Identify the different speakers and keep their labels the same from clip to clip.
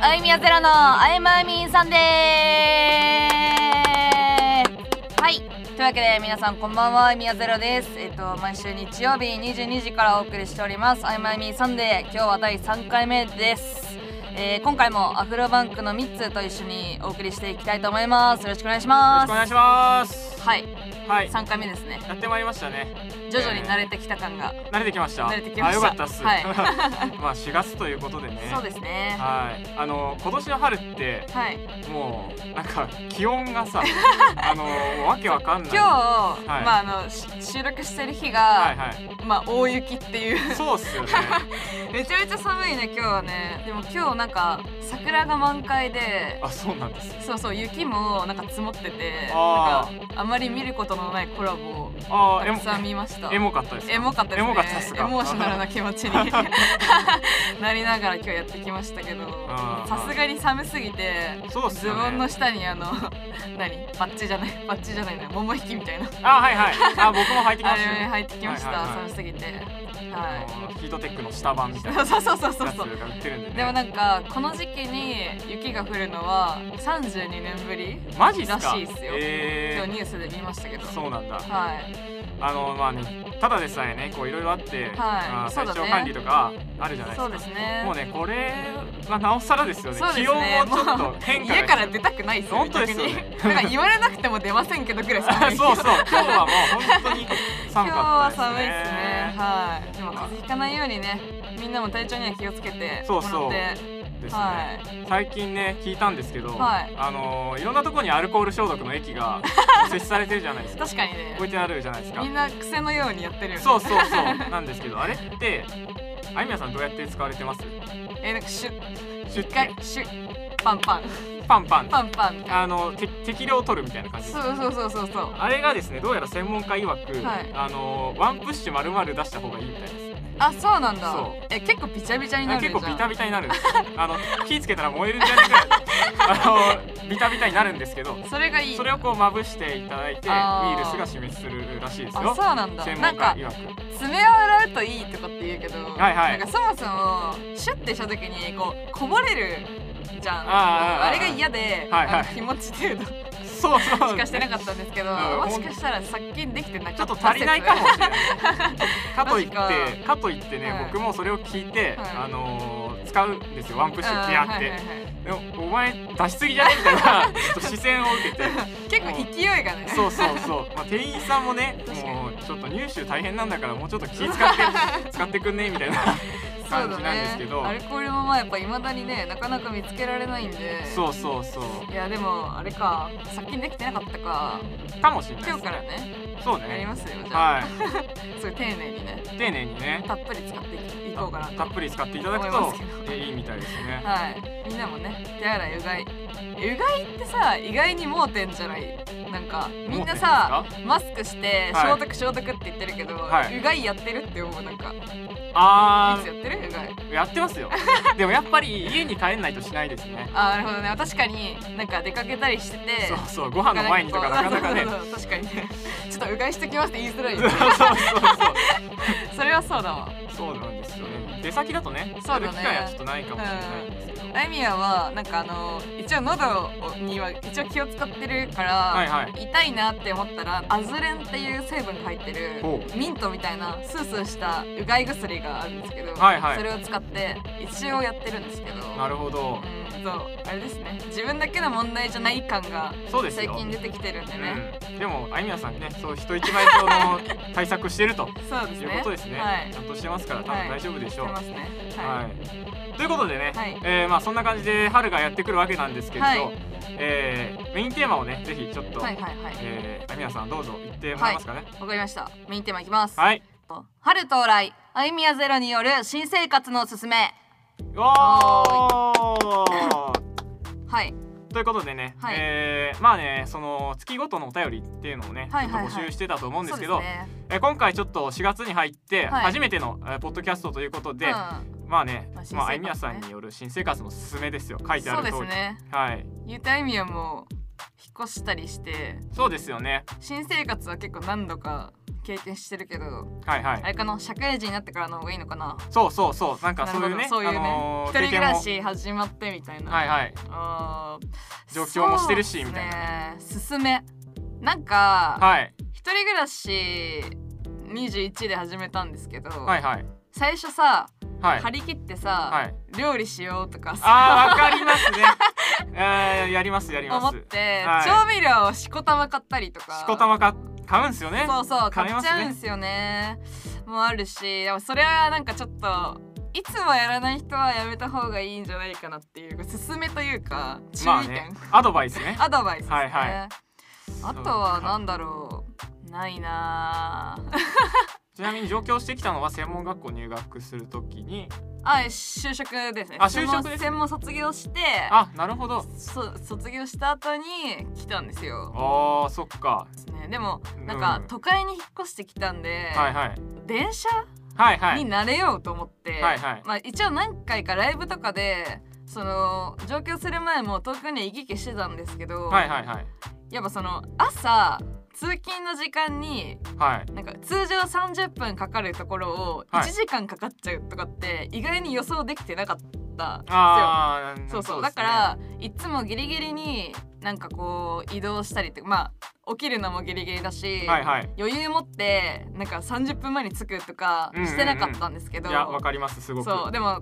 Speaker 1: あゆみやゼロのあゆまあゆみんさんでーすはいというわけで皆さんこんばんはあゆみやゼロですえっと毎週日曜日22時からお送りしておりますあゆまあゆみんさんで今日は第3回目ですえー、今回もアフロバンクのミッツーと一緒にお送りしていきたいと思いますよろしくお願いし
Speaker 2: ろ
Speaker 1: ま
Speaker 2: し
Speaker 1: す
Speaker 2: くお願いします。
Speaker 1: はい
Speaker 2: はい。
Speaker 1: 3回目ですね
Speaker 2: やってまいりましたね。
Speaker 1: 徐々に慣れてきた感が、
Speaker 2: 慣れてきました。
Speaker 1: 慣れてきました
Speaker 2: あ、よかったっす。
Speaker 1: はい
Speaker 2: まあ4月ということでね。
Speaker 1: そうですね
Speaker 2: はい。あの今年の春って
Speaker 1: はい
Speaker 2: もうなんか気温 がさ、あのわけわかんない。
Speaker 1: 今日、
Speaker 2: は
Speaker 1: まああのし収録してる日が、
Speaker 2: いはい。
Speaker 1: まあ大雪っていう
Speaker 2: そうっ すよね。
Speaker 1: めちゃめちゃ寒いね今日はねでも今日なんか桜が満開で
Speaker 2: あ、そうなんです。
Speaker 1: そうそう雪もなんか積もってて
Speaker 2: あ
Speaker 1: なんかあまり見ることのないコラボを
Speaker 2: あ
Speaker 1: た
Speaker 2: ー、エ
Speaker 1: くさん
Speaker 2: モ
Speaker 1: 見ました
Speaker 2: エモかったですか。
Speaker 1: エモかったですね
Speaker 2: エモかったっすか。
Speaker 1: エモーショナルな気持 ちになりながら今日やってきましたけど
Speaker 2: あー
Speaker 1: さすがに寒すぎて
Speaker 2: そうっす
Speaker 1: ズ
Speaker 2: よね。
Speaker 1: ボンの下にあの何バッチじゃないバッチじゃないね桃引きみたいな
Speaker 2: あ、はいはい。あ、僕も履いてき
Speaker 1: あ
Speaker 2: ま
Speaker 1: れ
Speaker 2: したよ。
Speaker 1: 入ってきました、
Speaker 2: はいはいはい
Speaker 1: 寒すぎて
Speaker 2: あ
Speaker 1: は
Speaker 2: のヒートテックの下版みたい
Speaker 1: い
Speaker 2: な や
Speaker 1: そうそうそう
Speaker 2: つ
Speaker 1: そう
Speaker 2: が
Speaker 1: そう
Speaker 2: 売ってるんでね。
Speaker 1: でもなんかこの時期に雪が降るのは32年ぶり
Speaker 2: マジっす
Speaker 1: ら
Speaker 2: か。
Speaker 1: しいっすよ、今
Speaker 2: え
Speaker 1: 日
Speaker 2: ー
Speaker 1: ニュースで見ましたけど
Speaker 2: そうなんだ。
Speaker 1: はい
Speaker 2: あのまあね、ただでさえね、こういろいろあって、まあ
Speaker 1: そう
Speaker 2: 体
Speaker 1: だね
Speaker 2: 調管理とかあるじゃないです
Speaker 1: そう
Speaker 2: か。
Speaker 1: ですね
Speaker 2: もうね、これはなおさらですよね。
Speaker 1: そうですね
Speaker 2: 気温もちょっと変化が。
Speaker 1: 家から出たくないっすよ
Speaker 2: 本当ですよね
Speaker 1: 逆になんか言われなくても出ませんけどぐらい寒い
Speaker 2: そうそう。今日はもう本当に
Speaker 1: 今
Speaker 2: 寒
Speaker 1: 日
Speaker 2: か
Speaker 1: は
Speaker 2: った
Speaker 1: 寒い
Speaker 2: で
Speaker 1: っ
Speaker 2: す
Speaker 1: す
Speaker 2: ね。
Speaker 1: ねはいでも風邪ひかないようにねみんなも体調には気をつけて
Speaker 2: そうそう
Speaker 1: もらって
Speaker 2: ですね
Speaker 1: はい
Speaker 2: 最近ね聞いたんですけど、
Speaker 1: はい
Speaker 2: あのーいろんなとこにアルコール消毒の 液が設置されてるじゃないですか。
Speaker 1: 確かにね
Speaker 2: 置いてあるじゃないですか
Speaker 1: み。んな癖のようにやってるよね
Speaker 2: そうそうそうなんですけど、あれってあいみやさんどうやって使われてます？
Speaker 1: えなんかシュ
Speaker 2: 出
Speaker 1: 一回シュパンパン
Speaker 2: パンパン。
Speaker 1: パンパンみたいな
Speaker 2: あのて適量を取るみたいな感じです。
Speaker 1: そうそうそうそうそう
Speaker 2: あれがですねどうやら専門家曰く、
Speaker 1: はい
Speaker 2: あのワンプッシュ丸々出した方がいいみたいです。
Speaker 1: あそうなんだ
Speaker 2: そう
Speaker 1: え結構ビチャビチャになるじゃ
Speaker 2: 結
Speaker 1: ん
Speaker 2: 構ビタビタになるんですよ。あの火つけたら燃えるんじゃないかあのビタビタになるんですけど、
Speaker 1: それがいい
Speaker 2: それをこうまぶしていただいてウ
Speaker 1: あー
Speaker 2: イルスが死滅するらしいです
Speaker 1: あ
Speaker 2: よ
Speaker 1: そ。うなんだ
Speaker 2: 専
Speaker 1: な
Speaker 2: 門
Speaker 1: ん
Speaker 2: 家
Speaker 1: か
Speaker 2: 曰く。
Speaker 1: 爪を洗うといいとかって言うけど、
Speaker 2: はいはい
Speaker 1: なんかそもそもシュッてした時にこうこぼれるじゃん
Speaker 2: ああああ
Speaker 1: れが嫌で、
Speaker 2: はいはい
Speaker 1: あの気持ち程度
Speaker 2: そうそう、
Speaker 1: しかしてなかったんですけど、
Speaker 2: う
Speaker 1: も
Speaker 2: ん
Speaker 1: しかしたら殺菌できてな
Speaker 2: ちょ
Speaker 1: か
Speaker 2: っ
Speaker 1: った
Speaker 2: と足りないかもしれない。かといって
Speaker 1: マジ
Speaker 2: かといってね、
Speaker 1: はい
Speaker 2: 僕もそれを聞いて、
Speaker 1: はい
Speaker 2: あのー使うんですよワンプッシュっ
Speaker 1: う
Speaker 2: て
Speaker 1: ん
Speaker 2: や
Speaker 1: は
Speaker 2: っ
Speaker 1: いはい
Speaker 2: て。
Speaker 1: はい
Speaker 2: でもお前出しすぎじゃないみたいなちょっと視線を受けて
Speaker 1: 結構勢いがね
Speaker 2: そうそうそう、まあ、店員さんもね
Speaker 1: 確かに
Speaker 2: もうちょっと入手大変なんだからもうちょっと気使 って使ってくんねみたいな感じなんですけ
Speaker 1: そう
Speaker 2: ど
Speaker 1: だね、アルコールもまあやっぱいまだにねなかなか見つけられないんで
Speaker 2: そうそうそう
Speaker 1: いやでもあれか殺菌できてなかったか
Speaker 2: かもしれないです
Speaker 1: 今日からね
Speaker 2: そう
Speaker 1: やり
Speaker 2: ね
Speaker 1: ますよじゃあ、
Speaker 2: は
Speaker 1: すごい丁寧にね
Speaker 2: い丁寧にね
Speaker 1: たっぷり使っていこうかなと
Speaker 2: たっぷり使っていただく
Speaker 1: 思い
Speaker 2: と
Speaker 1: ますけ
Speaker 2: えいいみたいですね
Speaker 1: はいみんなもね手洗いうがいうがいってさ意外に盲点じゃないなんかみんなさ
Speaker 2: 盲点で
Speaker 1: マスクして
Speaker 2: はい
Speaker 1: 消毒消毒って言ってるけど、
Speaker 2: はいう
Speaker 1: がいやってるって思うなんかい
Speaker 2: あ
Speaker 1: つやってるうがい
Speaker 2: ーやってま すよでもやっぱり家に帰んないとしないですね
Speaker 1: あーなるほどね確かになんか出かけたりしてて
Speaker 2: そうそうご飯の前にとかなかなかね
Speaker 1: そうそうそう確かにねちょっとうがいしてきますって言いづらいよ
Speaker 2: そう
Speaker 1: ね
Speaker 2: そうそう
Speaker 1: それはそうだわ
Speaker 2: そうなんですよね。出先だとね、
Speaker 1: そうだね
Speaker 2: やる機会はちょっとないかもしれないんですけど。
Speaker 1: あいみやはなんかあの一応喉には一応気を使ってるから、
Speaker 2: はいはい。
Speaker 1: 痛いなって思ったらアズレンっていう成分が入ってる
Speaker 2: ほ
Speaker 1: ミントみたいなスースーしたうがい薬があるんですけど、
Speaker 2: はいはい
Speaker 1: それを使って一応やってるんですけど
Speaker 2: なるほど。
Speaker 1: うんそうあれですね自分だけの問題じゃない感が
Speaker 2: そうです
Speaker 1: 最
Speaker 2: よ。
Speaker 1: 近出てきてるんでね、
Speaker 2: うん、でもあいみやさんね、そう人一倍その対策してると
Speaker 1: そうです
Speaker 2: い
Speaker 1: ね
Speaker 2: うことですね。
Speaker 1: はい
Speaker 2: ちゃんとしてますから多分大丈夫でしょう。
Speaker 1: して
Speaker 2: は
Speaker 1: ま
Speaker 2: い。
Speaker 1: すねはい、
Speaker 2: ということでね、
Speaker 1: はい
Speaker 2: えーまあそんな感じで春がやってくるわけなんですけれど、
Speaker 1: はい
Speaker 2: えーメインテーマをね、ぜひちょっと、
Speaker 1: はい、はいはい
Speaker 2: えーあいみやさんどうぞ言ってもらえますかね。
Speaker 1: わかりましたメインテーマいきます、
Speaker 2: はい。
Speaker 1: 春到来あゆみやゼロによる新生活のおすすめ
Speaker 2: おー。
Speaker 1: はい
Speaker 2: ということでね、
Speaker 1: はい
Speaker 2: えーまあねその月ごとのお便りっていうのをね、
Speaker 1: はいはいはい
Speaker 2: ちょっと募集してたと思うんですけど
Speaker 1: そうね
Speaker 2: えー今回ちょっと4月に入って
Speaker 1: はい
Speaker 2: 初めての、えーポッドキャストということで、
Speaker 1: うん
Speaker 2: まあね
Speaker 1: まあ新生活ね
Speaker 2: まああいみやさんによる新生活のすすめですよ書いて
Speaker 1: そ
Speaker 2: あ
Speaker 1: う
Speaker 2: る
Speaker 1: で
Speaker 2: 通
Speaker 1: す
Speaker 2: り、
Speaker 1: ね
Speaker 2: はい
Speaker 1: ゆうたあゆみやも引っ越したりして
Speaker 2: そうですよね
Speaker 1: 新生活は結構何度か経験してるけど
Speaker 2: はいはい
Speaker 1: あれかな社会人になってからの方がいいのかな
Speaker 2: そうそうそうなんか
Speaker 1: な
Speaker 2: そ
Speaker 1: るほ
Speaker 2: ういう
Speaker 1: ど
Speaker 2: ね
Speaker 1: そういうね、
Speaker 2: あのー
Speaker 1: 一人暮
Speaker 2: 経験
Speaker 1: ら
Speaker 2: も
Speaker 1: し始まってみたいな、
Speaker 2: はいはい
Speaker 1: あー
Speaker 2: 上京もしてるしみたい
Speaker 1: な進めなんか、
Speaker 2: はい
Speaker 1: 一人暮らし21で始めたんですけど、
Speaker 2: はいはい
Speaker 1: 最初さ、
Speaker 2: はい
Speaker 1: 張り切ってさ、
Speaker 2: はい
Speaker 1: 料理しようとかさ
Speaker 2: あーわかりますね あーやりますやり
Speaker 1: 思
Speaker 2: ま
Speaker 1: っ
Speaker 2: す
Speaker 1: て、
Speaker 2: は
Speaker 1: 調味料をしこたま買ったりとか
Speaker 2: しこたまか買うんすよね
Speaker 1: そうそう買
Speaker 2: 買え
Speaker 1: っ
Speaker 2: ま
Speaker 1: ち
Speaker 2: すね
Speaker 1: ゃうんすよねもあるしでもそれはなんかちょっといつもやらない人はやめた方がいいんじゃないかなっていう勧めというか注意点、
Speaker 2: まあねアドバイスね
Speaker 1: アドバイスですね、
Speaker 2: はいはい
Speaker 1: あとはなんだろうないなぁ
Speaker 2: ちなみに上京してきたのは専門学校入学するときに
Speaker 1: あ就職ですね
Speaker 2: あ就職
Speaker 1: 専
Speaker 2: ですね
Speaker 1: 門専門卒業して
Speaker 2: あなるほど
Speaker 1: そ卒業した後に来たんですよ
Speaker 2: あーそっか
Speaker 1: ですねでも
Speaker 2: うん
Speaker 1: なんか都会に引っ越してきたんで、
Speaker 2: はいはい
Speaker 1: 電車
Speaker 2: はいは
Speaker 1: に
Speaker 2: い
Speaker 1: なれようと思って、
Speaker 2: はいはい
Speaker 1: まあ、一応何回かライブとかでその上京する前も東京には行き来してたんですけど、
Speaker 2: はいはいはい
Speaker 1: やっぱその朝通勤の時間に
Speaker 2: はい
Speaker 1: なんか通常30分かかるところを
Speaker 2: はい
Speaker 1: 1時間かかっちゃうとかって意外に予想できてなかったんですよ。
Speaker 2: あー
Speaker 1: そうそう
Speaker 2: で
Speaker 1: だ
Speaker 2: す
Speaker 1: か
Speaker 2: ね
Speaker 1: らいつもギリギリになんかこう移動したりってまあ起きるのもギリギリだし、
Speaker 2: はいはい
Speaker 1: 余裕持ってなんか30分前に着くとかしてなかったんですけど、
Speaker 2: いやわかりますすごく
Speaker 1: そうでも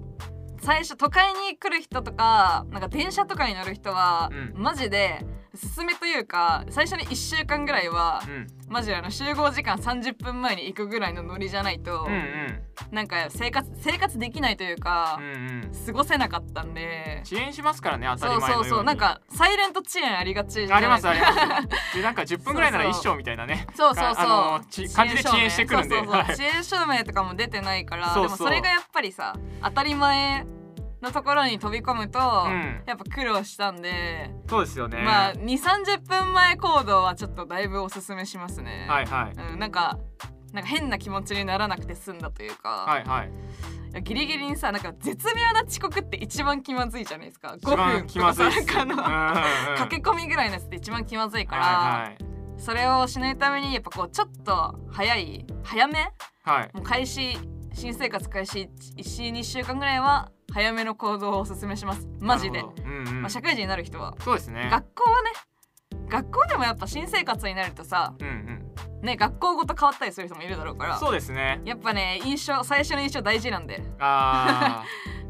Speaker 1: 最初都会に来る人とかなんか電車とかに乗る人は、
Speaker 2: う
Speaker 1: マジで勧めというか最初に1週間ぐらいは
Speaker 2: うん
Speaker 1: マジであの集合時間30分前に行くぐらいのノリじゃないと、
Speaker 2: うんうん
Speaker 1: なんか生活生活できないというか
Speaker 2: う、んうん
Speaker 1: 過ごせなかったんで。
Speaker 2: 遅延しますからね当た
Speaker 1: そ
Speaker 2: り
Speaker 1: う
Speaker 2: 前のよ
Speaker 1: そう
Speaker 2: に
Speaker 1: うそうなんかサイレント遅延ありがちじゃな
Speaker 2: あり
Speaker 1: い
Speaker 2: ますありますでなんか10分ぐらいなら一生みたいなね
Speaker 1: そうそうそう
Speaker 2: ああのち感じで遅延してくるんで
Speaker 1: そうそうそう
Speaker 2: はい
Speaker 1: 遅延証明とかも出てないから
Speaker 2: そうそう
Speaker 1: でもそれがやっぱりさ当たり前のところに飛び込むと、
Speaker 2: うん
Speaker 1: やっぱ苦労したんで、
Speaker 2: そうですよね
Speaker 1: まあ2三3 0分前行動はちょっとだいぶおすすめしますね、
Speaker 2: はいはい
Speaker 1: うん、なんかなんか変な気持ちにならなくて済んだというか、
Speaker 2: はいはい
Speaker 1: ギリギリにさなんか絶妙な遅刻って一番気まずいじゃないですか
Speaker 2: 一
Speaker 1: 5
Speaker 2: 番
Speaker 1: 分
Speaker 2: 気まずいっす
Speaker 1: とかなんかの
Speaker 2: うん
Speaker 1: 駆け込みぐらいのやつって一番気まずいから、
Speaker 2: はい
Speaker 1: それをしないためにやっぱこうちょっと早い早め
Speaker 2: はいはい
Speaker 1: もう開始新生活開始12週間ぐらいは早めの行動をおすすめしますマジで、
Speaker 2: なるほどうんうん
Speaker 1: まあ、社会人になる人は、
Speaker 2: そうですね
Speaker 1: 学校はね学校でもやっぱ新生活になるとさ
Speaker 2: うんうん
Speaker 1: ね学校ごと変わったりする人もいるだろうから
Speaker 2: そうですね
Speaker 1: やっぱね印象最初の印象大事なんで
Speaker 2: あ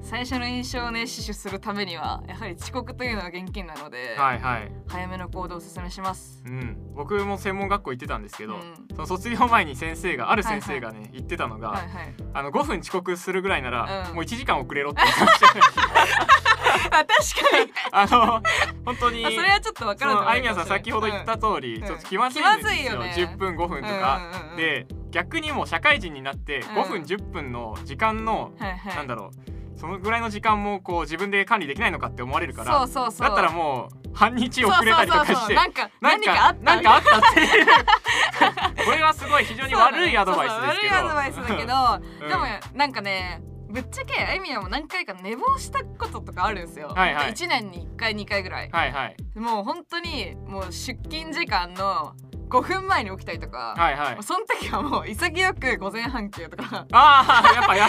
Speaker 1: 最初の印象をね死守するためにはやはり遅刻というのは現金なので、
Speaker 2: ーはいはい
Speaker 1: 早めの行動をおすすめします
Speaker 2: うん僕も専門学校行ってたんですけど
Speaker 1: うん
Speaker 2: その卒業前に先生がある先生がね言ってたの
Speaker 1: は
Speaker 2: が
Speaker 1: い はい
Speaker 2: あの5分遅刻するぐらいなら
Speaker 1: うん
Speaker 2: もう1時間遅れろって言ってました
Speaker 1: あ確か に
Speaker 2: あの本当に
Speaker 1: あそれはちょっとわから
Speaker 2: そ
Speaker 1: ない
Speaker 2: のあいみやさん先ほど言った通り、
Speaker 1: うん
Speaker 2: ちょっと気まずいん
Speaker 1: 気
Speaker 2: ですよ,、
Speaker 1: まずいよね
Speaker 2: 10分5分とか、で逆にもう社会人になって
Speaker 1: ん
Speaker 2: 5分10分の時間の、
Speaker 1: はいはい、
Speaker 2: なんだろうそのぐらいの時間もこう自分で管理できないのかって思われるから
Speaker 1: そうそうそう
Speaker 2: だったらもう半日遅れたりとかして
Speaker 1: そうそうそうなんか
Speaker 2: なん
Speaker 1: 何かあった
Speaker 2: なんかあったっていうこれはすごい非常に悪いアドバイスですけ
Speaker 1: そうそう
Speaker 2: ど
Speaker 1: 悪いアドバイスだけど、
Speaker 2: うん
Speaker 1: でもなんかねぶっちゃけあゆみやも何回か寝坊したこととかあるんですよ、
Speaker 2: はいはい
Speaker 1: 1年に1回2回ぐらい、
Speaker 2: はいはい
Speaker 1: もう本当にもう出勤時間の5分前に起きたりとか、
Speaker 2: はいはい
Speaker 1: その時はもう潔く午前半休とか
Speaker 2: ああやっぱやっ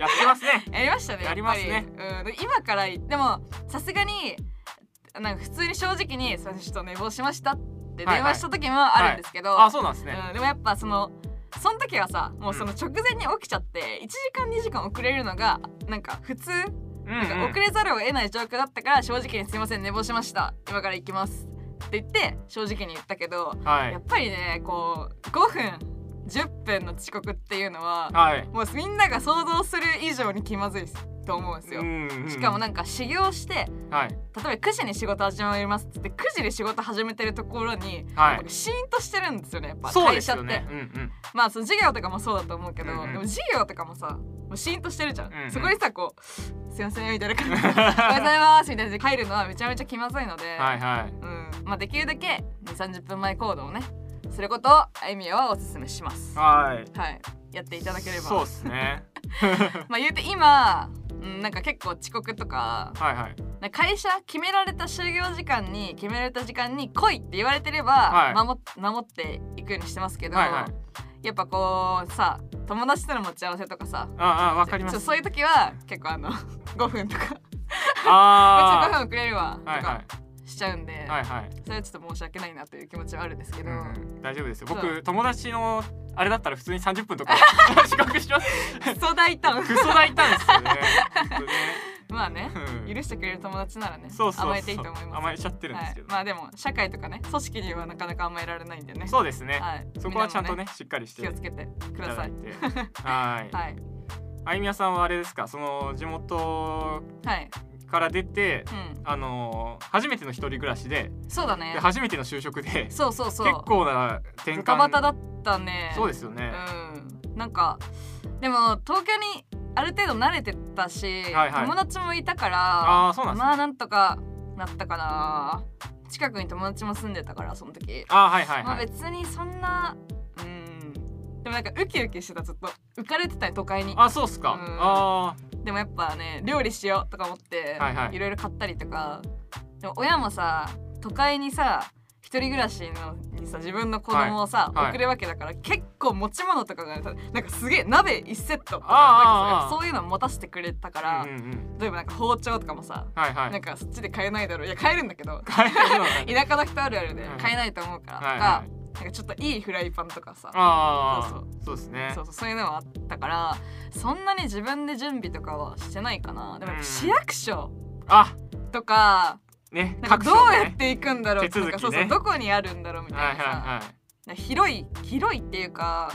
Speaker 2: やってますね
Speaker 1: やりましたねやっぱり
Speaker 2: やりますね
Speaker 1: うんで、今からいでもさすがになんか普通に正直に「すいませんちょっと寝坊しました」って電話した時もあるんですけど、
Speaker 2: あそうなんですね、
Speaker 1: うん、でもやっぱそのその時はさもうその直前に起きちゃって1時間2時間遅れるのがなんか普通
Speaker 2: うん
Speaker 1: なんか
Speaker 2: うん
Speaker 1: 遅れざるを得ない状況だったから正直に「すいません寝坊しました今から行きます」って言って正直に言ったけど、
Speaker 2: は
Speaker 1: や
Speaker 2: い
Speaker 1: っぱりねこう5分10分の遅刻っていうのは
Speaker 2: はい
Speaker 1: もうみんなが想像する以上に気まずいですと思うんですよ。
Speaker 2: んん
Speaker 1: しかもなんか修行して
Speaker 2: はい
Speaker 1: 例えば9時に仕事始まりますって言って9時で仕事始めてるところに、
Speaker 2: はい
Speaker 1: なんかシーンとしてるんですよねやっぱ
Speaker 2: そう
Speaker 1: 会
Speaker 2: です
Speaker 1: 社っ
Speaker 2: よ
Speaker 1: て、
Speaker 2: ね。うんうん。
Speaker 1: まあその授業とかもそうだと思うけど、
Speaker 2: うんうん
Speaker 1: でも授業とかもさもうシーンとしてるじゃん、
Speaker 2: うんうん
Speaker 1: そこにさこう「すいません」みたいな感じ で「おはようございます」みたいな感じで入るのはめちゃめちゃ気まずいので、
Speaker 2: はいはい。
Speaker 1: うんまあ、できるだけ2 3 0分前行動をねすることをあゆみやはおすすめします。は
Speaker 2: はい。
Speaker 1: い、やっていただければ
Speaker 2: そうですね。
Speaker 1: まあ言うて今、うん、なんか結構遅刻とか
Speaker 2: はいはい。
Speaker 1: なんか会社決められた就業時間に決められた時間に来いって言われてれば、
Speaker 2: はい
Speaker 1: 守っ守っていくようにしてますけど、
Speaker 2: はいはい。
Speaker 1: やっぱこうさ友達との持ち合わせとかさ
Speaker 2: ああわかりま
Speaker 1: ちょ
Speaker 2: す
Speaker 1: そういう時は結構あの 5分とか「こっち5
Speaker 2: あ
Speaker 1: 分くれるわ」と
Speaker 2: あはいは
Speaker 1: かしちゃうんで、
Speaker 2: いはいはい、
Speaker 1: それはちょっと申し訳ないなという気持ちはあるんですけ
Speaker 2: う
Speaker 1: ど、
Speaker 2: んうん、大丈夫ですよ
Speaker 1: そ
Speaker 2: 僕
Speaker 1: う
Speaker 2: 友達のあれだったら普通に30分 とか遅刻します
Speaker 1: クソ大 胆
Speaker 2: クソ大胆ですよね本当ね
Speaker 1: まあね
Speaker 2: うん
Speaker 1: 許してくれる友達ならね
Speaker 2: そうそうそう
Speaker 1: 甘えていいと思います
Speaker 2: 甘えちゃってるんで
Speaker 1: は
Speaker 2: す
Speaker 1: い
Speaker 2: けど、、
Speaker 1: まあでも社会とかね組織にはなかなか甘えられないんでね
Speaker 2: そうですね、
Speaker 1: はい、
Speaker 2: そこはちゃんと
Speaker 1: み
Speaker 2: ねしっかりして
Speaker 1: なもね気をつけてください
Speaker 2: いただいてはい、
Speaker 1: はい
Speaker 2: あいみやさんはあれですかその地元
Speaker 1: はい、
Speaker 2: から出て
Speaker 1: う
Speaker 2: あのー初めての一人暮らしで
Speaker 1: ん、そうだ
Speaker 2: で
Speaker 1: ね
Speaker 2: 初めての就職で
Speaker 1: そうそうそう
Speaker 2: 結構な転換
Speaker 1: ドタバタだったね
Speaker 2: そうですよね、
Speaker 1: うんなんかでも東京にある程度慣れてたし、
Speaker 2: はいはい
Speaker 1: 友達もいたか
Speaker 2: あ
Speaker 1: ら
Speaker 2: あそうなんですね、
Speaker 1: まあなんとかなったかな近くに友達も住んでたからその時、
Speaker 2: ああーはいはい
Speaker 1: まあ
Speaker 2: はい、
Speaker 1: 別にそんなうんでもなんかウキウキしてたずっと浮かれてたよ都会に
Speaker 2: あそうっすか、
Speaker 1: うん
Speaker 2: あ
Speaker 1: でもやっぱね料理しようとか思って、
Speaker 2: はい
Speaker 1: い
Speaker 2: はい
Speaker 1: ろいろ買ったりとかでも親もさ都会にさ一人暮らしのにさ自分の子供をさ、
Speaker 2: はいはい
Speaker 1: 送るわけだから結構持ち物とかが、ね、なんかすげえ鍋1セットとかなんか
Speaker 2: あーあーあー
Speaker 1: そうそういうの持たせてくれたか
Speaker 2: あ
Speaker 1: ら、
Speaker 2: うんうんうん
Speaker 1: 例えばなんか包丁とかもさ、
Speaker 2: はいはい
Speaker 1: なんかそっちで買えないだろういや買えるんだけど
Speaker 2: はい はい
Speaker 1: 田舎の人あるあるで
Speaker 2: はい
Speaker 1: 買えないと思うからとか、
Speaker 2: はい
Speaker 1: なんかちょっといいフライパンとかさ
Speaker 2: ああ
Speaker 1: そう
Speaker 2: そうですね
Speaker 1: そうそうそういうのはあったからそんなに自分で準備とかはしてないかなでもやっぱ
Speaker 2: うん
Speaker 1: 市役所
Speaker 2: あ
Speaker 1: とか
Speaker 2: ね
Speaker 1: なんかど
Speaker 2: 各所
Speaker 1: う
Speaker 2: ね
Speaker 1: やって行くんだろう
Speaker 2: 手続きね
Speaker 1: とかそうそうどこにあるんだろうみ
Speaker 2: は
Speaker 1: た
Speaker 2: い
Speaker 1: いな
Speaker 2: はい
Speaker 1: さ
Speaker 2: はい
Speaker 1: なんか広い広いっていうか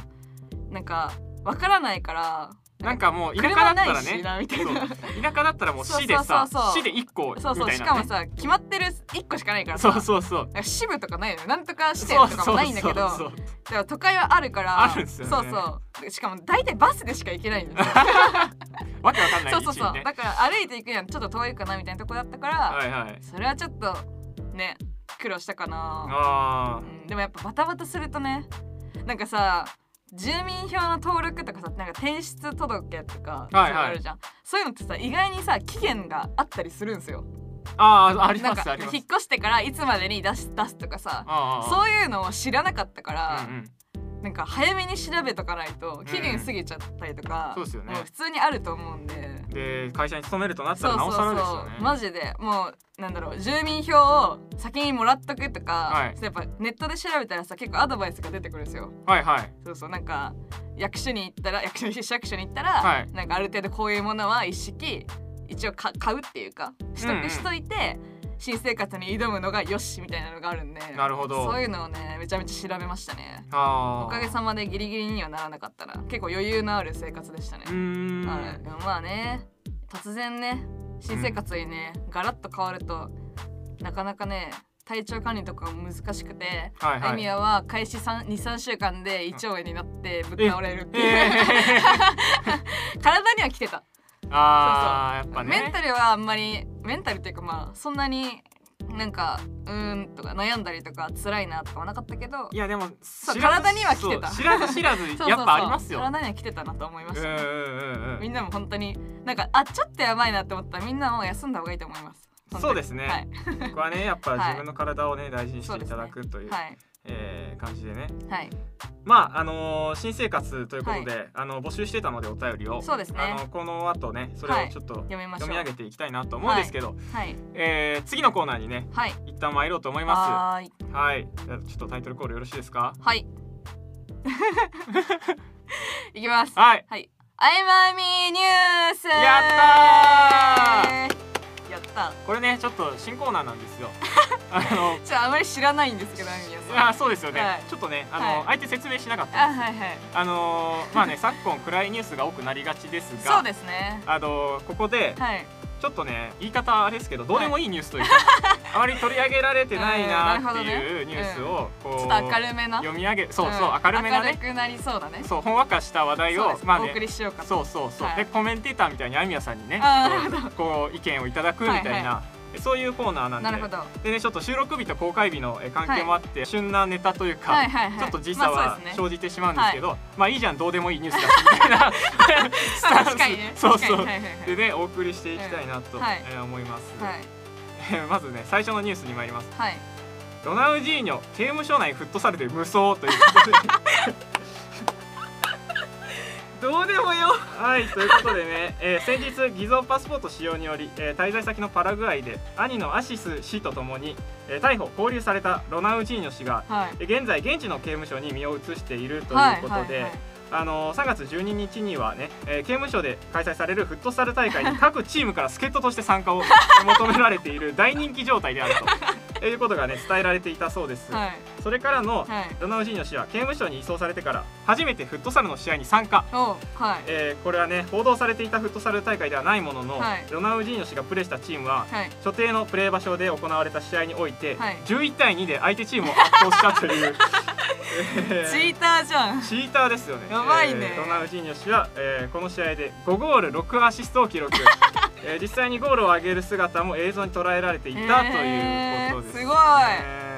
Speaker 1: なんかわからないから
Speaker 2: なんかもう田舎だ
Speaker 1: 車
Speaker 2: っ
Speaker 1: な
Speaker 2: た
Speaker 1: い
Speaker 2: ら
Speaker 1: し
Speaker 2: ね
Speaker 1: なみたい
Speaker 2: そう
Speaker 1: な。
Speaker 2: 田舎だったらもう市でさ
Speaker 1: そうそうそうそう
Speaker 2: 市で一個みた
Speaker 1: そ
Speaker 2: いう
Speaker 1: そうしか
Speaker 2: な
Speaker 1: も
Speaker 2: ね
Speaker 1: さ決まってる1個しかないから
Speaker 2: そ
Speaker 1: さ
Speaker 2: うそうそう
Speaker 1: なんか支部とかないのよなんとか支店
Speaker 2: そう
Speaker 1: と
Speaker 2: そう
Speaker 1: かもないんだけどで
Speaker 2: そう
Speaker 1: も都会はあるから
Speaker 2: あるんすよね
Speaker 1: そうそうでしかも大体バスでしか行けないんですよ
Speaker 2: わけわかんない
Speaker 1: そうそうそ
Speaker 2: 位
Speaker 1: う
Speaker 2: 置にね
Speaker 1: だから歩いて行くにはちょっと遠いかなみたいなとこだったから、
Speaker 2: はいはい
Speaker 1: それはちょっとね苦労したかな
Speaker 2: あ
Speaker 1: うんでもやっぱバタバタするとねなんかさ住民票の登録とかさなんか転出届とかそう
Speaker 2: は
Speaker 1: い
Speaker 2: いはい
Speaker 1: うのあるじゃん、そういうのってさ意外にさ期限があったりするんですよ
Speaker 2: ーあーあり
Speaker 1: な
Speaker 2: ま
Speaker 1: ん
Speaker 2: す
Speaker 1: か
Speaker 2: あります
Speaker 1: 引っ越してからいつまでに出し出すとかさ
Speaker 2: あーあー
Speaker 1: そういうのを知らなかったから、
Speaker 2: うんうん
Speaker 1: なんか早めに調べとかないと期限過ぎちゃったりとか、
Speaker 2: そうですよね
Speaker 1: もう普通にあると思うんで
Speaker 2: で会社に勤めるとなった
Speaker 1: そう
Speaker 2: らな
Speaker 1: そう
Speaker 2: お
Speaker 1: そ
Speaker 2: さら
Speaker 1: う、
Speaker 2: ですよね
Speaker 1: マジでもうなんだろう住民票を先にもらっとくとか、
Speaker 2: はい
Speaker 1: やっぱネットで調べたらさ結構アドバイスが出てくるんですよ
Speaker 2: はいはい
Speaker 1: そうそうなんか役所に行ったら役所市役所に行ったら、
Speaker 2: はい
Speaker 1: なんかある程度こういうものは一式一応か買うっていうか取
Speaker 2: うんうん
Speaker 1: 得しといて、新生活に挑むのがよしみたいなのがあるんで
Speaker 2: なるほど
Speaker 1: そういうのをねめちゃめちゃ調べましたね
Speaker 2: あー
Speaker 1: おかげさまでギリギリにはならなかったら結構余裕のある生活でしたね
Speaker 2: う、ーん
Speaker 1: はい、でもまあね突然ね新生活にね、ガラッと変わるとなかなかね体調管理とかも難しくて
Speaker 2: はい
Speaker 1: ア
Speaker 2: は
Speaker 1: ミ
Speaker 2: い
Speaker 1: ヤは開始23週間で胃腸炎になってぶっ倒れるって
Speaker 2: え
Speaker 1: いう、
Speaker 2: ー
Speaker 1: 体には来てた、
Speaker 2: あーやっぱね
Speaker 1: メンタルはあんまりメンタルっていうかまあそんなになんかうーんとか悩んだりとか辛いなとかはなかったけど
Speaker 2: いやでも
Speaker 1: そう
Speaker 2: 知らず
Speaker 1: 体には来てた
Speaker 2: そう知らず知ら
Speaker 1: そ
Speaker 2: ず
Speaker 1: うそうそう
Speaker 2: やっぱありますよ。
Speaker 1: 体には来てたなと思いました、ね、
Speaker 2: うんうんうんう
Speaker 1: み
Speaker 2: ん
Speaker 1: んなも本当になんかあちょっとやばいなって思ったらみんなもう休んだ方がいいと思います本当
Speaker 2: そう
Speaker 1: に
Speaker 2: ですね。
Speaker 1: はい
Speaker 2: ここはねやっぱ
Speaker 1: はい
Speaker 2: 自分の体をね大事にしていただくという
Speaker 1: はい
Speaker 2: えー感じでね。
Speaker 1: はい
Speaker 2: まああのー新生活ということであの募集してたのでお便りを
Speaker 1: そうですね
Speaker 2: あのこの後ねそれ
Speaker 1: は
Speaker 2: を
Speaker 1: い
Speaker 2: ちょっと
Speaker 1: 読みましょう
Speaker 2: 読み上げていきたいなと思うんですけど
Speaker 1: はい
Speaker 2: えー次のコーナーにね
Speaker 1: はい
Speaker 2: 一旦参ろうと思いま
Speaker 1: はーい
Speaker 2: す。はい。じゃあちょっとタイトルコールよろしいですか。
Speaker 1: はい いきます
Speaker 2: はい。
Speaker 1: はい。アイマイミーニュース
Speaker 2: や
Speaker 1: ーやった
Speaker 2: これねちょっと新コーナーなん ですよ。あの
Speaker 1: ちょっとあまり知らないんですけど、アイミヤさん。
Speaker 2: あそうですよね、
Speaker 1: はい
Speaker 2: ちょっとねあの、
Speaker 1: はい
Speaker 2: 相手説明しなかった
Speaker 1: あ、はいはい。
Speaker 2: あのーまあね昨今暗いニュースが多くなりがちですが
Speaker 1: そうですね。
Speaker 2: あのーここで
Speaker 1: はい。
Speaker 2: ちょっとね言い方あれですけどどうでもいいニュースとい うか、あまり取り上げられてないな
Speaker 1: うんな
Speaker 2: っ
Speaker 1: る
Speaker 2: て
Speaker 1: ほどね
Speaker 2: いうニュースをこう、
Speaker 1: ちょっと明るめな。
Speaker 2: 読み上げそうそう、
Speaker 1: ん
Speaker 2: 明るめな
Speaker 1: 明
Speaker 2: ね
Speaker 1: くなりそうだね。
Speaker 2: そうほんわかした話題
Speaker 1: そう
Speaker 2: を
Speaker 1: です
Speaker 2: まあ
Speaker 1: お送
Speaker 2: ね
Speaker 1: りしようかと。
Speaker 2: そうそうそう、
Speaker 1: はい
Speaker 2: でコメンテーターみたいにあみやさんにね
Speaker 1: あー
Speaker 2: こうこう意見をいただくみたいな、
Speaker 1: はいは
Speaker 2: そういうコーナーなんで
Speaker 1: なるほど。は
Speaker 2: でねちょっと収録日と公開日のえー関係もあって、旬なネタというか、
Speaker 1: いはいはい。
Speaker 2: ちょっと時差
Speaker 1: まあ
Speaker 2: は
Speaker 1: そうですね
Speaker 2: 生じてしまうんですけど、まあいいじゃんどうでもいいニュースだしみたいなスタンス
Speaker 1: 確かにね。
Speaker 2: そうそう
Speaker 1: 確かにはいはい
Speaker 2: でねお送りしていきたいなと、
Speaker 1: うんはい
Speaker 2: えー思います、
Speaker 1: はい
Speaker 2: まずね最初のニュースに参ります
Speaker 1: はい。
Speaker 2: ロナウジーニョ刑務所内フットサルで無双ということではいということでね、えー先日偽造パスポート使用により、えー滞在先のパラグアイで兄のアシス氏とともに、えー逮捕勾留されたロナウジーニョ氏が
Speaker 1: はい
Speaker 2: えー現在現地の刑務所に身を移しているとい
Speaker 1: は
Speaker 2: うことで。あのー3月12日にはね、えー刑務所で開催されるフットサル大会に 各チームから助っ人として参加を求められている 大人気状態であるということがね伝えられていたそうです、
Speaker 1: はい
Speaker 2: それからの
Speaker 1: はい
Speaker 2: ロナウジーニョ氏は刑務所に移送されてから初めてフットサルの試合に参加、
Speaker 1: おはい
Speaker 2: えーこれはね報道されていたフットサル大会ではないものの、
Speaker 1: はい
Speaker 2: ロナウジーニョ氏がプレーしたチームは
Speaker 1: はい
Speaker 2: 所定のプレー場所で行われた試合において、
Speaker 1: はい
Speaker 2: 11対2で相手チームを圧倒したと いう、 えー
Speaker 1: チーターじゃん
Speaker 2: チーターですよね
Speaker 1: やばいね
Speaker 2: えーロナウジーニョ氏は、えーこの試合で5ゴール6アシストを記録、えー実際にゴールを上げる姿も映像に捉えられていたということです、
Speaker 1: へーすごい
Speaker 2: え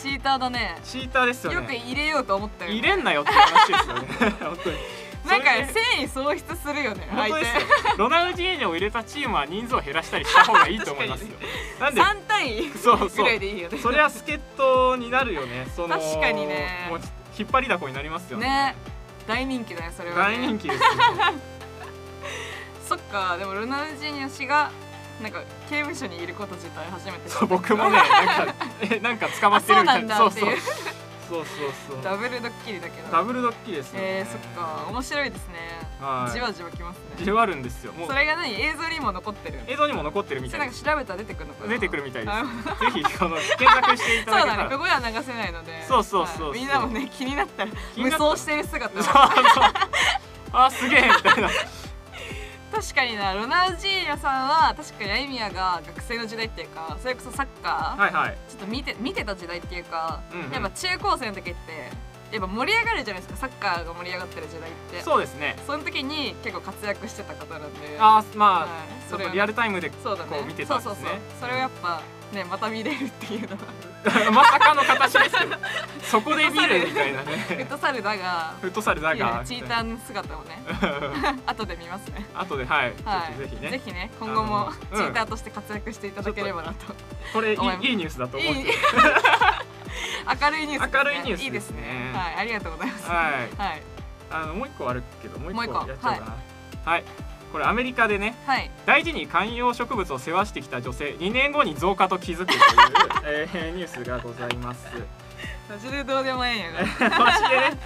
Speaker 1: チーターだね
Speaker 2: ーチーターですよね
Speaker 1: よく入れようと思ったよ
Speaker 2: 入れんなよって話ですよね 本当に
Speaker 1: なんか
Speaker 2: それで
Speaker 1: 誠意喪失するよね
Speaker 2: 本
Speaker 1: 相
Speaker 2: 当
Speaker 1: 手
Speaker 2: ですよロナウジーニョを入れたチームは人数を減らしたりした方がいいと思い ますよなんで
Speaker 1: 3対
Speaker 2: そう
Speaker 1: ぐ
Speaker 2: そ
Speaker 1: らいうでいいよね
Speaker 2: そりゃ助っ人になるよねその
Speaker 1: 確かにね
Speaker 2: もう引っ張りだこになりますよね
Speaker 1: ね大人気だねそれは、ね、
Speaker 2: 大人気ですよ
Speaker 1: そっかでもルナウジーニョ氏がなんか刑務所にいること自体初めて知った
Speaker 2: そう僕もねなんか えなんか捕まってるみたいな
Speaker 1: あそうなんだっていう
Speaker 2: そうそうそうそう
Speaker 1: ダブルドッキリだけど
Speaker 2: ダブルドッキリですよね
Speaker 1: えー、そっか面白いですね、
Speaker 2: はい
Speaker 1: じわじわきますね
Speaker 2: じわるんですよもう
Speaker 1: それが何映像にも残ってる
Speaker 2: 映像にも残ってるみ
Speaker 1: そ
Speaker 2: た
Speaker 1: れな
Speaker 2: い
Speaker 1: ん
Speaker 2: で
Speaker 1: か
Speaker 2: す
Speaker 1: 調べたら出てくるのかな
Speaker 2: 出てくるみたいで
Speaker 1: あ
Speaker 2: すぜひこの検索してい
Speaker 1: そ
Speaker 2: た
Speaker 1: う
Speaker 2: だけ
Speaker 1: だね
Speaker 2: た
Speaker 1: こ
Speaker 2: ら
Speaker 1: こでは流せないので
Speaker 2: そうそうそうそう
Speaker 1: はいみんなもね気になったら
Speaker 2: 気に
Speaker 1: 無
Speaker 2: なった
Speaker 1: 双してる姿を
Speaker 2: そうそうあすげえみた いな
Speaker 1: 確かになロナウジーニョさんは確かにアイミヤが学生の時代っていうかそれこそサッカー、
Speaker 2: はいはい
Speaker 1: ちょっと見て見てた時代っていうか、
Speaker 2: うんうん
Speaker 1: やっぱ中高生の時ってやっぱ盛り上がるじゃないですかサッカーが盛り上がってる時代って
Speaker 2: そうですね
Speaker 1: その時に結構活躍してた方なんで
Speaker 2: あーまあ、
Speaker 1: はい
Speaker 2: そ
Speaker 1: それ
Speaker 2: れ
Speaker 1: は
Speaker 2: リアルタイムでこ
Speaker 1: そうだね
Speaker 2: う見てたんです
Speaker 1: そう
Speaker 2: ね
Speaker 1: そうそうそれをやっぱねまた見れるっていうの は
Speaker 2: まさかの形ですけ どそこで見るみたいな
Speaker 1: フッ
Speaker 2: ね
Speaker 1: トサルだが
Speaker 2: フットサルだ
Speaker 1: いや
Speaker 2: が
Speaker 1: チーターの姿 をね後で見ますね
Speaker 2: 後ではい、
Speaker 1: は
Speaker 2: ち
Speaker 1: い
Speaker 2: ょっとぜひね
Speaker 1: ぜひね今後も
Speaker 2: あのうん
Speaker 1: チーターとして活躍していただければなと
Speaker 2: これいい
Speaker 1: お前も
Speaker 2: いいニュースだと
Speaker 1: いい
Speaker 2: 思う
Speaker 1: 明るいニュースですね
Speaker 2: 明るいニュースですね
Speaker 1: いいですねはいありがとうございます
Speaker 2: はい
Speaker 1: はい
Speaker 2: あのもう一個あるけどもう一
Speaker 1: もう一個
Speaker 2: 個やっちゃおうかなはい、これアメリカでね
Speaker 1: はい
Speaker 2: 大事に観葉植物を世話してきた女性2年後に増加と気づくと いう、えーニュースがございます
Speaker 1: マジでどうでもええんやが
Speaker 2: マジでね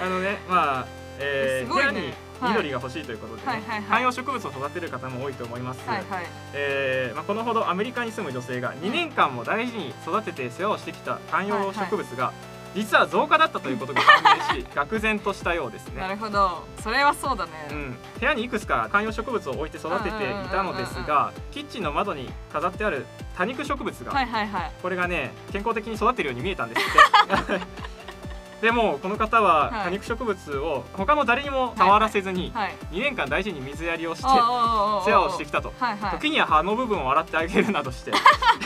Speaker 2: あのねまあえー
Speaker 1: すごいね
Speaker 2: 部屋に
Speaker 1: はい
Speaker 2: 緑が欲しいということでね、
Speaker 1: はいはいはい
Speaker 2: 観葉植物を育てる方も多いと思います、
Speaker 1: はいはい
Speaker 2: えーまあ、このほどアメリカに住む女性が2年間も大事に育てて世話をしてきた観葉植物が実は増加だったということが判明 し愕然としたようです
Speaker 1: な
Speaker 2: ね、
Speaker 1: るほどそれはそうだね、
Speaker 2: うん、部屋にいくつか観葉植物を置いて育てていたのです
Speaker 1: うんうんうんう
Speaker 2: がキッチンの窓に飾ってある多肉植物が、
Speaker 1: はいはいはい
Speaker 2: これがね健康的に育ってるように見えたんですって でもこの方は
Speaker 1: はい
Speaker 2: 多肉植物を他の誰にも触らせずに
Speaker 1: はい
Speaker 2: 2年間大事に水やりをして
Speaker 1: おうおうおうおう
Speaker 2: 世話をしてきたと
Speaker 1: はいはい
Speaker 2: 時には葉の部分を洗ってあげるな どして、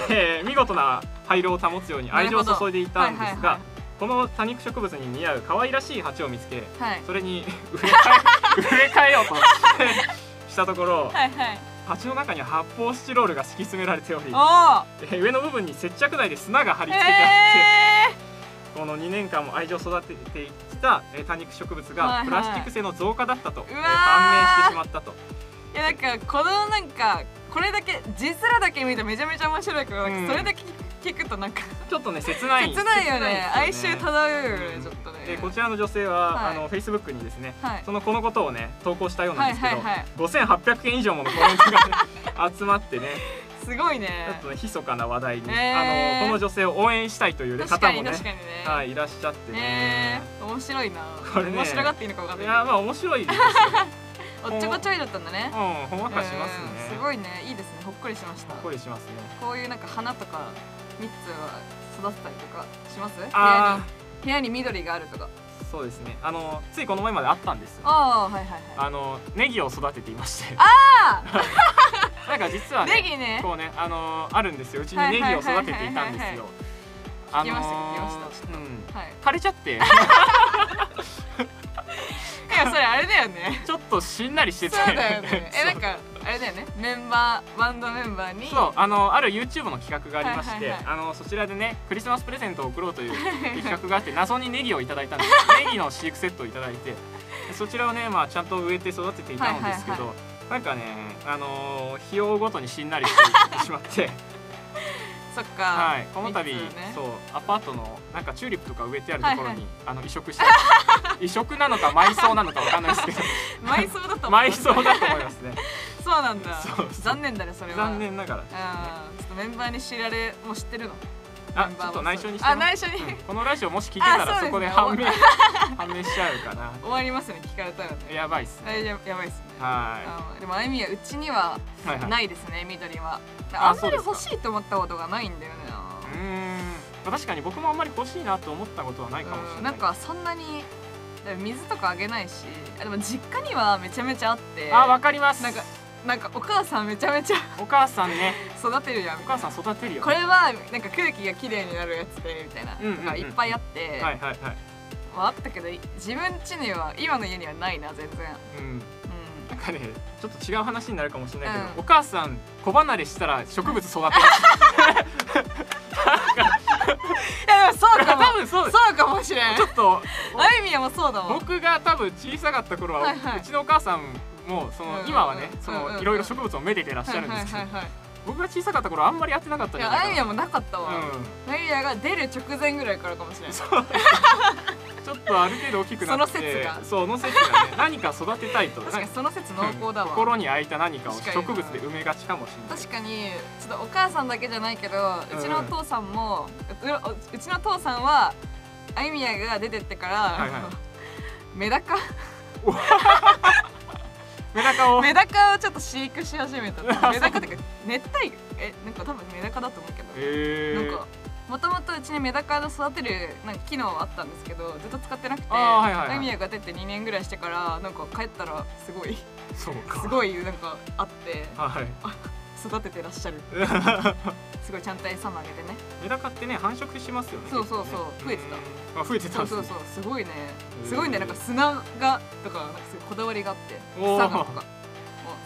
Speaker 2: えー見事な配色を保つように愛情を注いでいたんで
Speaker 1: な
Speaker 2: すが、
Speaker 1: るほどはい
Speaker 2: この多肉植物に似合う可愛らしい鉢を見つけ
Speaker 1: はい
Speaker 2: そ れに植え替え植え替えようとしたところ
Speaker 1: はいはい
Speaker 2: 鉢の中には発泡スチロールが敷き詰められており、
Speaker 1: おお
Speaker 2: えー上の部分に接着剤で砂が貼り付けてあって、
Speaker 1: え
Speaker 2: この2年間も愛情を育ててきた、えー多肉植物
Speaker 1: はいは
Speaker 2: が
Speaker 1: い
Speaker 2: プラスチック製の増加だったと、えー
Speaker 1: うわー
Speaker 2: 判明してしまったと。
Speaker 1: ー、いやなんかこのなんかこれだけ字面だけ見るとめちゃめちゃ面白いけど、なんか
Speaker 2: うん
Speaker 1: それだけ聞くとなんか
Speaker 2: ちょっとね切ない
Speaker 1: 切ないよね哀
Speaker 2: ですよ
Speaker 1: 愁漂うよね、
Speaker 2: うん
Speaker 1: ちょっとね
Speaker 2: えーこちらの女性は、
Speaker 1: はい
Speaker 2: あのフェイスブックにですね、
Speaker 1: はい
Speaker 2: そのこのことをね投稿したようなんですけど、
Speaker 1: はいはいはい
Speaker 2: 5800件以上ものコメント が集まってね
Speaker 1: すごいね
Speaker 2: ちょっとね密かな話題に、
Speaker 1: えー
Speaker 2: あのこの女性を応援したいというね
Speaker 1: 確
Speaker 2: 方
Speaker 1: かに
Speaker 2: もね
Speaker 1: 確かにね、
Speaker 2: はいいらっしゃって
Speaker 1: え、
Speaker 2: ね
Speaker 1: ー、面白いな
Speaker 2: これね
Speaker 1: 面白がっていいのかわかん
Speaker 2: い
Speaker 1: ない
Speaker 2: やまあ面白いですよ
Speaker 1: けどおっちょこちょいだったんだね
Speaker 2: うんほんわかしますね、
Speaker 1: うんす
Speaker 2: い
Speaker 1: ごいねいいですねほっこりしました
Speaker 2: ほっこりしますね
Speaker 1: こういうなんか花とか蜜は育てたりとかします部屋
Speaker 2: あ
Speaker 1: に部屋に緑があるとか
Speaker 2: あそうですねあのついこの前まであったんですよ
Speaker 1: ああはいはいはい
Speaker 2: あのネギを育てていまして
Speaker 1: あ
Speaker 2: なんか実は
Speaker 1: あ
Speaker 2: ね
Speaker 1: ネギね
Speaker 2: こうね、あのーあるんですよ。うちに
Speaker 1: はい
Speaker 2: ネギを育てていた
Speaker 1: はいはい
Speaker 2: んで
Speaker 1: は
Speaker 2: す
Speaker 1: いは
Speaker 2: よ。
Speaker 1: 聞きました聞きましたちょ
Speaker 2: あのー
Speaker 1: っと
Speaker 2: うん
Speaker 1: はい
Speaker 2: 枯れちゃ って、
Speaker 1: いやそれあれだよね
Speaker 2: ちょっとしんなりしてて。
Speaker 1: そうだよねえ
Speaker 2: そう
Speaker 1: なんかあれだよねメンバーバンドメンバーに
Speaker 2: そうあのある YouTube の企画がありまして、
Speaker 1: はいはいは
Speaker 2: あのそちらでねクリスマスプ レゼントを贈ろうという企画があって謎にネギをいただいたんですネギの飼育セットをいただいてそちらをね、まあ、ちゃんと植えて育てていたのですけど、
Speaker 1: はいは
Speaker 2: なんかね、あのー日をごとにしんなりしてしまって、
Speaker 1: そっか、
Speaker 2: はい、この度、
Speaker 1: いいですよね
Speaker 2: そうアパートのなんかチューリップとか植えてあるところに、
Speaker 1: はいはい
Speaker 2: あの移 植して移植なのか埋葬なのかわかんないですけど
Speaker 1: 埋葬だと思う
Speaker 2: 埋葬だと思いますね
Speaker 1: そうなんだ
Speaker 2: そうそう
Speaker 1: 残念だ ねそれは
Speaker 2: 残念ながら
Speaker 1: あーちょっとメンバーに知られもう知ってるの
Speaker 2: あ
Speaker 1: メンバー
Speaker 2: ちょ
Speaker 1: は
Speaker 2: っと内緒にして
Speaker 1: あ
Speaker 2: ます
Speaker 1: 内緒に、
Speaker 2: うんこのラジオもし聞いてた
Speaker 1: あそうで
Speaker 2: ら
Speaker 1: す
Speaker 2: そ
Speaker 1: ね
Speaker 2: こで判明判明しちゃうかな
Speaker 1: 終わりますね聞かれたらね
Speaker 2: やばいっす
Speaker 1: あ
Speaker 2: ね
Speaker 1: れややばいっすね
Speaker 2: は
Speaker 1: あーでもあゆみはうちにはい
Speaker 2: はいはい
Speaker 1: ないですね緑は
Speaker 2: あ
Speaker 1: あんまり
Speaker 2: そう
Speaker 1: 欲
Speaker 2: です
Speaker 1: しいと思ったことがないんだよね
Speaker 2: うーんまあ確かに僕もあんまり欲しいなと思ったことはないかもし
Speaker 1: う
Speaker 2: れ
Speaker 1: ん
Speaker 2: な
Speaker 1: ないんかそんなにだから水とかあげないしあでも実家にはめちゃめちゃあって
Speaker 2: あわかります
Speaker 1: なんかなんかお母さんめちゃめちゃ
Speaker 2: お母さんね
Speaker 1: 育てるやん
Speaker 2: お
Speaker 1: みたい
Speaker 2: 母
Speaker 1: な
Speaker 2: さん育てるよ
Speaker 1: これはなんか空気がきれいになるやつでみたいな、
Speaker 2: うんうんうん
Speaker 1: とかいっぱいあって、
Speaker 2: はいはいはい
Speaker 1: まあ、あったけど自分家には今の家にはないな全然、
Speaker 2: うん
Speaker 1: う
Speaker 2: なんかねちょっと違う話になるかもしれないけど、
Speaker 1: うん
Speaker 2: お母さん子離れしたら植物育 てる
Speaker 1: ん、いやでもそうかも
Speaker 2: 多分そうです
Speaker 1: そうかもしれん
Speaker 2: ちょっと
Speaker 1: あゆみやもそうだもん
Speaker 2: 僕が多分小さかった頃は、
Speaker 1: はいはいう
Speaker 2: ちのお母さんもその、
Speaker 1: うんうん
Speaker 2: 今はねそ
Speaker 1: うんうんう
Speaker 2: の
Speaker 1: ん
Speaker 2: いろいろ植物をめでてらっしゃるんですけど、
Speaker 1: はいはいはいはい
Speaker 2: 僕が小さかった頃あんまりやってなかった
Speaker 1: い
Speaker 2: じゃ
Speaker 1: や
Speaker 2: な
Speaker 1: あゆ
Speaker 2: い
Speaker 1: み
Speaker 2: か
Speaker 1: やもなかったわ、
Speaker 2: な、
Speaker 1: あゆみやが出る直前ぐらいからかもしれん
Speaker 2: そうん、ちょっとある程度大きくな
Speaker 1: そ
Speaker 2: って
Speaker 1: の説が
Speaker 2: そうその説がね何か育てたいと
Speaker 1: 確かにその説濃厚だわ
Speaker 2: うん心に空いた何かを植
Speaker 1: 確か
Speaker 2: 物
Speaker 1: に
Speaker 2: で埋めがちかもしれない
Speaker 1: 確かにちょっとお母さんだけじゃないけどうちのお父さんも、うううちのお父さんはあゆみやが出てってから、
Speaker 2: いはい
Speaker 1: メダカ
Speaker 2: メダカを
Speaker 1: メダカをちょっと飼育し始 めた
Speaker 2: あそう
Speaker 1: メダカっていうか熱帯魚えなんか多分メダカだと思うけど、
Speaker 2: えー、
Speaker 1: なんかもともとうちにメダカの育てるなんか機能はあったんですけどずっと使ってなくて
Speaker 2: あーはいはいはい
Speaker 1: あゆみやが出て2年ぐらいしてからなんか帰ったらす ごい
Speaker 2: そうか
Speaker 1: す
Speaker 2: い
Speaker 1: ごいなんかあって
Speaker 2: はい
Speaker 1: 育ててらっしゃるすごいちゃんと餌もあげてね
Speaker 2: メダカってね繁殖しますよね
Speaker 1: そうそうそう増
Speaker 2: 結構
Speaker 1: え
Speaker 2: ね
Speaker 1: て
Speaker 2: うんあ増えてた
Speaker 1: そ
Speaker 2: ん
Speaker 1: う
Speaker 2: で
Speaker 1: そ
Speaker 2: す
Speaker 1: うそ
Speaker 2: ね
Speaker 1: うすごいね
Speaker 2: へー
Speaker 1: すごいねなんか砂がとかなんかすごいこだわりがあって
Speaker 2: おー
Speaker 1: 草がとかもう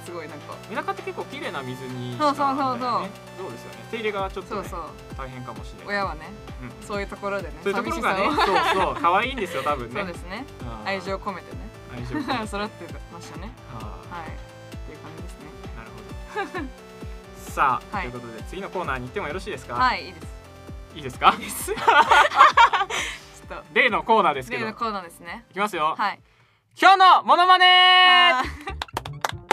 Speaker 1: すごいなんか
Speaker 2: メダカって結構綺麗な水に
Speaker 1: そうそうそうそう
Speaker 2: なんだよねそうですよね手入れがちょっと、
Speaker 1: そ
Speaker 2: ね、
Speaker 1: うそう
Speaker 2: 大変かもしれない、
Speaker 1: 親はね
Speaker 2: うん
Speaker 1: そういうところでね
Speaker 2: そういうところがね
Speaker 1: 寂しさ
Speaker 2: そうそう可愛いんですよ多分
Speaker 1: を
Speaker 2: ね
Speaker 1: そうですね
Speaker 2: うん
Speaker 1: 愛情込めてね
Speaker 2: 愛情あ
Speaker 1: 育ってましたね
Speaker 2: あ
Speaker 1: はいっていう感じですね
Speaker 2: なるほどさあ、
Speaker 1: はい
Speaker 2: ということで次のコーナーに行ってもよろしいですか、
Speaker 1: はいいいです
Speaker 2: い、いです
Speaker 1: ち
Speaker 2: か
Speaker 1: ょっ
Speaker 2: 例のコーナーです
Speaker 1: と
Speaker 2: け
Speaker 1: 例
Speaker 2: どい
Speaker 1: のコーナーですね
Speaker 2: きますよ、
Speaker 1: はい
Speaker 2: 今日のモノマネ
Speaker 1: あ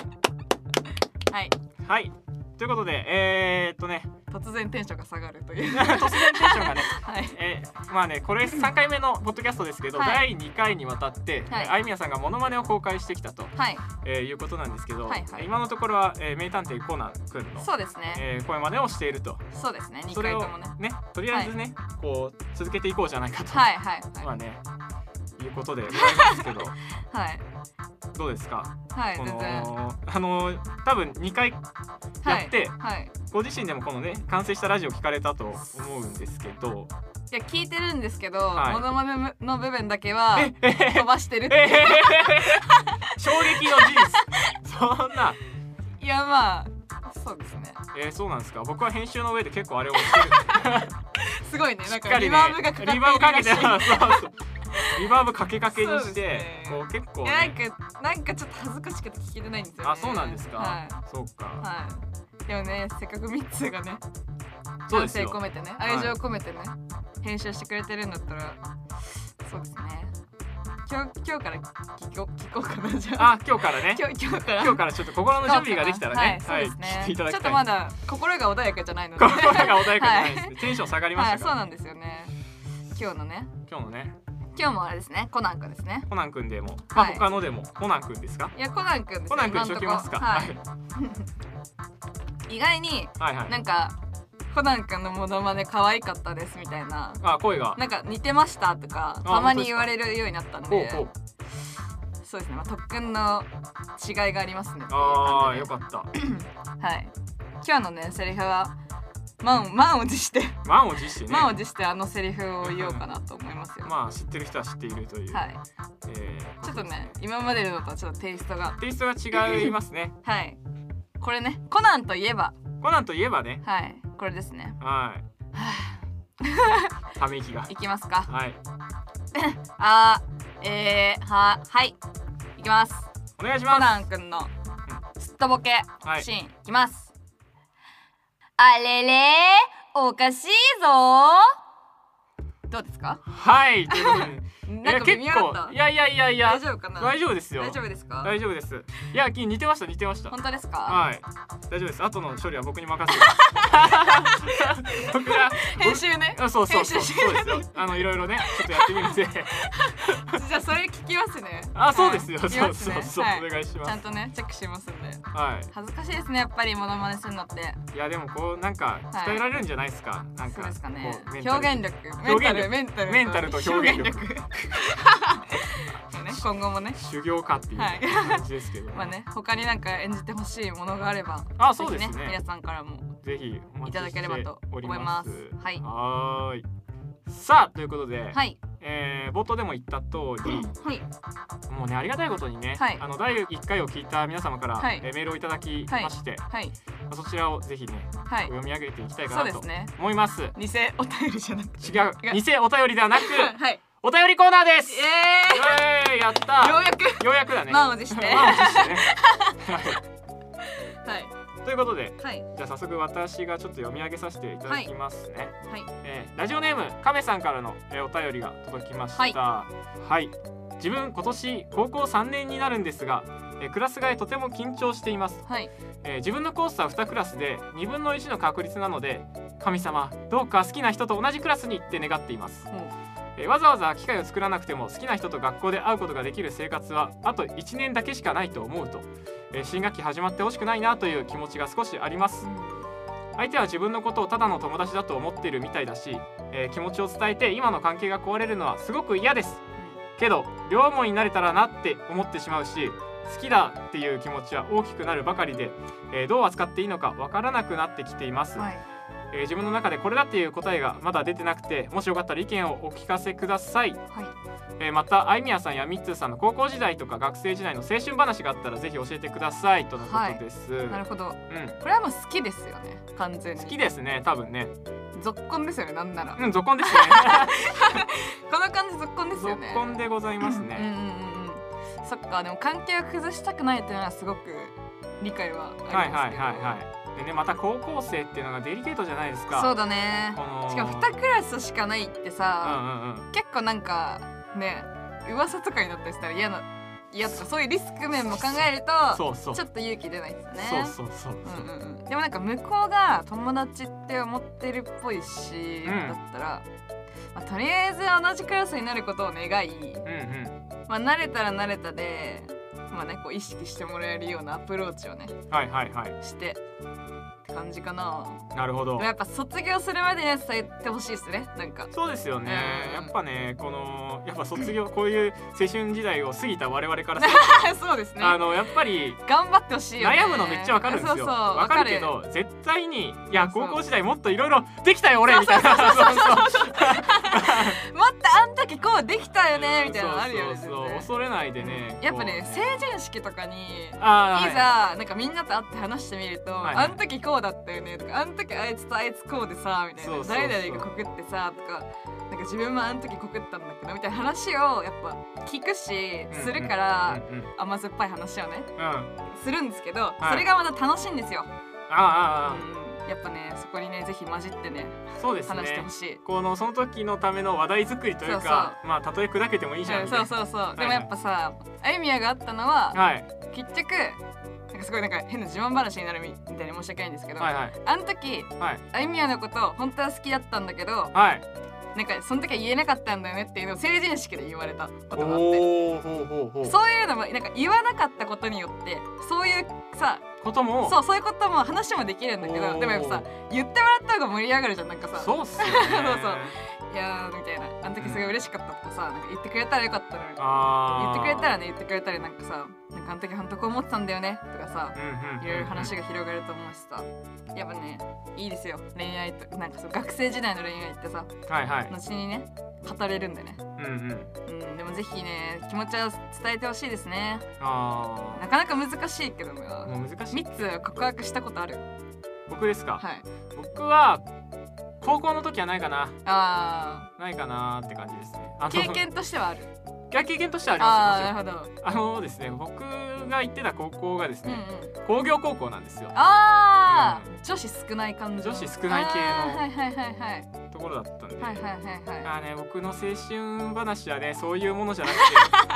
Speaker 1: ーはい
Speaker 2: はいということでえー、っとね
Speaker 1: 突然テンションが下がると いう
Speaker 2: 突然テンションがね
Speaker 1: はい
Speaker 2: えーまあねこれ3回目のポッドキャストですけど、
Speaker 1: は
Speaker 2: 第2回にわたって、
Speaker 1: はい
Speaker 2: あいみやさんがモノマネを公開してきたと、
Speaker 1: はい
Speaker 2: えーいうことなんですけど、
Speaker 1: はいはい
Speaker 2: 今のところは、えー名探偵コナンくんの、
Speaker 1: そうですね
Speaker 2: えー声真似をしていると
Speaker 1: そうですね二
Speaker 2: それ
Speaker 1: 回
Speaker 2: を
Speaker 1: ともね
Speaker 2: ねとりあえずね、こう続けていこうじゃないかと、
Speaker 1: はいはい
Speaker 2: ま
Speaker 1: は
Speaker 2: あ
Speaker 1: い
Speaker 2: ねいうことでございますけど
Speaker 1: はい
Speaker 2: どうですか
Speaker 1: はい
Speaker 2: こ
Speaker 1: 全
Speaker 2: の
Speaker 1: 然
Speaker 2: あの多分2回
Speaker 1: はい
Speaker 2: やって
Speaker 1: はい
Speaker 2: ご自身でもこのね完成したラジオ聞かれたと思うんですけど
Speaker 1: いや聞いてるんですけど、
Speaker 2: はい
Speaker 1: モノマネの部分だけは
Speaker 2: ええへへ
Speaker 1: 飛ばしてるっ
Speaker 2: えへへ
Speaker 1: て
Speaker 2: へ 衝撃の事実そんない
Speaker 1: やまあそうですね
Speaker 2: えー、そうなんですか僕は編集の上で結構あれをし てる
Speaker 1: すごいね
Speaker 2: し
Speaker 1: な
Speaker 2: っ
Speaker 1: んか
Speaker 2: かり
Speaker 1: リ
Speaker 2: ね
Speaker 1: バーブがかかって
Speaker 2: リ
Speaker 1: い
Speaker 2: バーブ
Speaker 1: る
Speaker 2: からけ
Speaker 1: してい
Speaker 2: そうそうリバーブかけかけに
Speaker 1: そ
Speaker 2: し
Speaker 1: う
Speaker 2: て、
Speaker 1: ですね
Speaker 2: こう結構、
Speaker 1: い
Speaker 2: ね、
Speaker 1: やなんかなんかちょっと恥ずかしくて聞けてないんですよね
Speaker 2: あそうなんですか、
Speaker 1: は
Speaker 2: そう
Speaker 1: い、
Speaker 2: か、
Speaker 1: はい、でもねせっかくミッツーがね
Speaker 2: そうで
Speaker 1: 感
Speaker 2: す
Speaker 1: 性
Speaker 2: よ
Speaker 1: 込めてね
Speaker 2: い
Speaker 1: 愛情込めてね、編集してくれてるんだったらそうですね今日今日から聞こ聞こうかなじゃあ
Speaker 2: あ今日からね
Speaker 1: 今日今日から
Speaker 2: 今日からちょっと心の準備ができたらね、
Speaker 1: はい、そうです
Speaker 2: 聞いて
Speaker 1: ね。
Speaker 2: いただき
Speaker 1: ちょ
Speaker 2: た
Speaker 1: っ
Speaker 2: い。
Speaker 1: とまだ心が穏やかじゃないので。
Speaker 2: 心が穏やかじゃないですね。テンション下がりまし
Speaker 1: は
Speaker 2: た
Speaker 1: い、
Speaker 2: か
Speaker 1: そう
Speaker 2: ら、
Speaker 1: なんですよね。今日のね、
Speaker 2: 今日のね、
Speaker 1: 今日もあれですね、コナン君ですね。
Speaker 2: コナン君でも、まあ
Speaker 1: はい
Speaker 2: 他のでも、コナン君ですか？
Speaker 1: いや、コナン君ですよ。
Speaker 2: コナン君
Speaker 1: 今
Speaker 2: しと
Speaker 1: ん
Speaker 2: き
Speaker 1: とこ
Speaker 2: ますか？
Speaker 1: は
Speaker 2: はい
Speaker 1: い、 意外に
Speaker 2: はいは。
Speaker 1: ないんかコナン君のモノマネ可愛かったですみたいな。
Speaker 2: あ声が、
Speaker 1: なんか似てましたとか
Speaker 2: あ
Speaker 1: たまに言われるようになったん
Speaker 2: ほう
Speaker 1: で
Speaker 2: ほう、
Speaker 1: そうですね、まあ、特訓の違いがありますねっていう
Speaker 2: あ
Speaker 1: 感
Speaker 2: あ
Speaker 1: じ
Speaker 2: よ
Speaker 1: で
Speaker 2: かった。
Speaker 1: はい今日のねセリフは満満を持して
Speaker 2: 満を持してね。
Speaker 1: 満を持してあのセリフを言おうかなと思いますよ。
Speaker 2: まあ知ってる人は知っているという。
Speaker 1: はい、
Speaker 2: えー
Speaker 1: ちょっとね今までのとはちょっとテイストが
Speaker 2: テイストが違いますね。
Speaker 1: はいこれねコナンといえば
Speaker 2: コナンといえばね、
Speaker 1: はいこれですね
Speaker 2: はい。ため息が。
Speaker 1: いきますか
Speaker 2: はい。
Speaker 1: あーえー、ははいいきます
Speaker 2: お願いし
Speaker 1: コ
Speaker 2: ます
Speaker 1: ナン君のすっとぼけ
Speaker 2: はい
Speaker 1: シーン、い、きますあれれおかしいぞどうですか
Speaker 2: はいということで
Speaker 1: ないん
Speaker 2: や
Speaker 1: か微
Speaker 2: 結
Speaker 1: 妙だっ
Speaker 2: 構いやいやいやい
Speaker 1: た
Speaker 2: や
Speaker 1: 大丈夫かな
Speaker 2: 大丈夫ですよ
Speaker 1: 大丈夫ですか
Speaker 2: 大丈夫ですいやき似てました似てました
Speaker 1: 本当ですか
Speaker 2: はい大丈夫です後の処理は僕に任 せて僕が
Speaker 1: 編集ね
Speaker 2: あそうそうそう
Speaker 1: 編集
Speaker 2: そうですよあのいろいろねちょっとやってみるんで
Speaker 1: じゃあそれ聞きますね
Speaker 2: あそうですよ、
Speaker 1: はい
Speaker 2: そう
Speaker 1: 聞き
Speaker 2: そ
Speaker 1: ま
Speaker 2: う
Speaker 1: す
Speaker 2: そう、
Speaker 1: ね
Speaker 2: お願いし
Speaker 1: はい
Speaker 2: ま
Speaker 1: ち
Speaker 2: す
Speaker 1: ゃんとねチェックしますんで
Speaker 2: は
Speaker 1: 恥ずかしいですねやっぱりモノマネするのって
Speaker 2: いいやでもこうなんか鍛えられるんじゃないですか、なん
Speaker 1: そう
Speaker 2: か
Speaker 1: ですかね
Speaker 2: こうメンタル
Speaker 1: 表現力
Speaker 2: 表現力
Speaker 1: メンタル
Speaker 2: メンタルと表 現力
Speaker 1: ね今後もね
Speaker 2: 修行かっていう
Speaker 1: はい
Speaker 2: 感じですけど、
Speaker 1: まあね他になんか演じてほしいものがあれば
Speaker 2: あそうですね
Speaker 1: ぜひ皆さんからも
Speaker 2: ぜひお
Speaker 1: い
Speaker 2: 待ち
Speaker 1: ただ
Speaker 2: し
Speaker 1: け
Speaker 2: て
Speaker 1: ればと
Speaker 2: お
Speaker 1: 思
Speaker 2: り
Speaker 1: い
Speaker 2: ま
Speaker 1: ますすはい
Speaker 2: はーいさあということで、
Speaker 1: はい
Speaker 2: えー冒頭でも言った通り、
Speaker 1: はい
Speaker 2: もうねありがたいことにね、
Speaker 1: はい
Speaker 2: あの第1回を聞いた皆様から、
Speaker 1: はい
Speaker 2: えーメールをいただきまして、
Speaker 1: はい
Speaker 2: まあそちらをぜひね、
Speaker 1: は
Speaker 2: お
Speaker 1: い
Speaker 2: 読み上げていきたい
Speaker 1: そ
Speaker 2: か
Speaker 1: う
Speaker 2: な
Speaker 1: で
Speaker 2: と
Speaker 1: すね
Speaker 2: 思います。
Speaker 1: 偽お便りじゃなくて
Speaker 2: 違う
Speaker 1: 違う
Speaker 2: 偽お便りではなく
Speaker 1: はい
Speaker 2: お便りコーナーです。イ
Speaker 1: え
Speaker 2: エーイやった
Speaker 1: ーようやく
Speaker 2: ようやくだね。
Speaker 1: 満を持して
Speaker 2: 満を持してね
Speaker 1: はい
Speaker 2: ということで
Speaker 1: はい
Speaker 2: じゃあ早速私がちょっと読み上げさせていただきますね。
Speaker 1: はい
Speaker 2: えーラジオネームカメさんからの、えーお便りが届きました
Speaker 1: はい
Speaker 2: はい自分今年高校3年になるんですが、えークラス替えとても緊張しています、
Speaker 1: はい
Speaker 2: えー自分のコースは2クラスで2分の1の確率なので神様どうか好きな人と同じクラスに行って願っています、えーわざわざ機会を作らなくても好きな人と学校で会うことができる生活はあと1年だけしかないと思うと、えー新学期始まってほしくないなという気持ちが少しあります相手は自分のことをただの友達だと思っているみたいだし、えー気持ちを伝えて今の関係が壊れるのはすごく嫌ですけど両思いになれたらなって思ってしまうし好きだっていう気持ちは大きくなるばかりで、えーどう扱っていいのかわからなくなってきています、
Speaker 1: はい
Speaker 2: えー自分の中でこれだっていう答えがまだ出てなくてもしよかったら意見をお聞かせください、
Speaker 1: はい
Speaker 2: えーまたあいみやさんやみっつーさんの高校時代とか学生時代の青春話があったらぜひ教えてくださいとのことです、
Speaker 1: なるほど
Speaker 2: うん
Speaker 1: これはもう好きですよね完全に
Speaker 2: 好きですね多分ね
Speaker 1: 続婚ですよねなんなら
Speaker 2: うん続婚ですね
Speaker 1: この感じ続婚ですよ
Speaker 2: 続
Speaker 1: ね
Speaker 2: 婚でございます
Speaker 1: うんうん
Speaker 2: ね。
Speaker 1: うんうんそっかでも関係を崩したくないっていうのはすごく理解はありますけど
Speaker 2: はいはいはいはい。でねまた高校生っていうのがデリケートじゃないですか。
Speaker 1: そうだね
Speaker 2: この
Speaker 1: しかも2クラスしかないってさ、
Speaker 2: うんうんうん。
Speaker 1: 結構なんかね噂とかになったりしたら嫌な嫌とかそういうリスク面も考えると
Speaker 2: そうそう。
Speaker 1: ちょっと勇気出ないですよね
Speaker 2: そうそうそう。
Speaker 1: うんうんうんでもなんか向こうが友達って思ってるっぽいし、
Speaker 2: うん
Speaker 1: だったら、まあ、とりあえず同じクラスになることを願い、
Speaker 2: うんうん。
Speaker 1: まあ、慣れたら慣れたで、まあね、こう意識してもらえるようなアプローチをね
Speaker 2: はいはいはい。
Speaker 1: してって感じかな
Speaker 2: なるほ
Speaker 1: で
Speaker 2: ど
Speaker 1: も。やっぱ卒業するまでね伝えてほしいですねなん か
Speaker 2: そうですよね
Speaker 1: う。ん
Speaker 2: やっぱねこのやっぱ 卒業こういう青春時代を過ぎた我々からする
Speaker 1: そうですね
Speaker 2: とあのやっぱり。
Speaker 1: 頑張ってほしいよね
Speaker 2: 悩むのめっちゃわかるんです
Speaker 1: そう
Speaker 2: よ。
Speaker 1: そう
Speaker 2: わかるけど、絶対にいや
Speaker 1: そう
Speaker 2: 高校時代もっといろいろできたよ俺みたいな。そうそう
Speaker 1: もっとあん時こうできたよねみたいなのあるよね
Speaker 2: そうそうそう
Speaker 1: 全
Speaker 2: 恐れないでね。
Speaker 1: 然やっぱ
Speaker 2: こ
Speaker 1: ね成人式とかに
Speaker 2: う。あー
Speaker 1: いざなんかみんなと会って話してみると、
Speaker 2: はい
Speaker 1: あん時こうだったよねとかあん時あいつとあいつこうでさみたいな
Speaker 2: そうそうそう
Speaker 1: 誰々が告ってさとかなんか自分もあん時告ったんだけどみたいな話をやっぱ聞くし
Speaker 2: はい
Speaker 1: するから、
Speaker 2: うんうんうん
Speaker 1: 甘酸っぱい話をね
Speaker 2: うん
Speaker 1: するんですけど、
Speaker 2: い
Speaker 1: それがまた楽しいんですよ、
Speaker 2: あああ
Speaker 1: うんやっぱねそこにねぜひ混じってね
Speaker 2: あそうです
Speaker 1: 話して
Speaker 2: ね
Speaker 1: ほ。しい、
Speaker 2: このその時のための話題作りというか、まあたとえ砕けてもいいじゃん
Speaker 1: う
Speaker 2: み
Speaker 1: ん
Speaker 2: たい
Speaker 1: そ
Speaker 2: な。
Speaker 1: うそうそう、
Speaker 2: い
Speaker 1: でもやっぱさあゆみやがあったのは、
Speaker 2: はい
Speaker 1: 結局なんかすごいなんか変な自慢話になるみみたいに申し訳ないんですけど、
Speaker 2: はいはい
Speaker 1: あの時
Speaker 2: はい
Speaker 1: あゆみやのこと本当は好きだったんだけど
Speaker 2: はい。
Speaker 1: なんかその時は言えなかったんだよねっていうのを成人式で言われたことがあって
Speaker 2: おおほうほうほう。
Speaker 1: そういうのもなんか言わなかったことによってそういうさ
Speaker 2: ことも
Speaker 1: そうそういうことも話もできるんだけ
Speaker 2: お
Speaker 1: ど
Speaker 2: ー
Speaker 1: でもやっぱさ言ってもらった方が盛り上がるじゃんなんかさ
Speaker 2: そうっすよね。
Speaker 1: そうそういやーみたいなあの時すごい嬉しかったとかさなんか言ってくれたらよかったのに言
Speaker 2: あ
Speaker 1: っ
Speaker 2: あ。
Speaker 1: てくれたらね言ってくれたらなんかさなんかあの時本当こう思ってたんだよねとかさ
Speaker 2: うんうん。
Speaker 1: いろいろ話が広がると思うしさやっぱねいいですよ恋愛となんかそう学生時代の恋愛ってさ
Speaker 2: はいはい。
Speaker 1: 後にね語れるんでね
Speaker 2: うんうん。
Speaker 1: うんでもぜひね気持ちは伝えてほしいですね
Speaker 2: あ
Speaker 1: なかなか難しいけども
Speaker 2: あ。もう難しい
Speaker 1: ミ。ッツーは告白したことある
Speaker 2: 僕ですか。
Speaker 1: はい
Speaker 2: 僕は高校の時はないかな
Speaker 1: あ
Speaker 2: ないかなって感じですね。あ
Speaker 1: ー
Speaker 2: の
Speaker 1: 経験としてはある
Speaker 2: が経験としてはあり
Speaker 1: あ
Speaker 2: ます
Speaker 1: あ
Speaker 2: よ
Speaker 1: な
Speaker 2: も
Speaker 1: るほど
Speaker 2: ちろんあのですね僕が行ってた高校がです
Speaker 1: うんう
Speaker 2: ね、
Speaker 1: ん
Speaker 2: 工業高校なんですよ
Speaker 1: ああ、
Speaker 2: うん
Speaker 1: 女子少ない感じ
Speaker 2: 女子少ない系の
Speaker 1: あーはいはいはいはい
Speaker 2: ところだったんで、
Speaker 1: はいはいはいはい
Speaker 2: あーね僕の青春話はねそういうものじゃな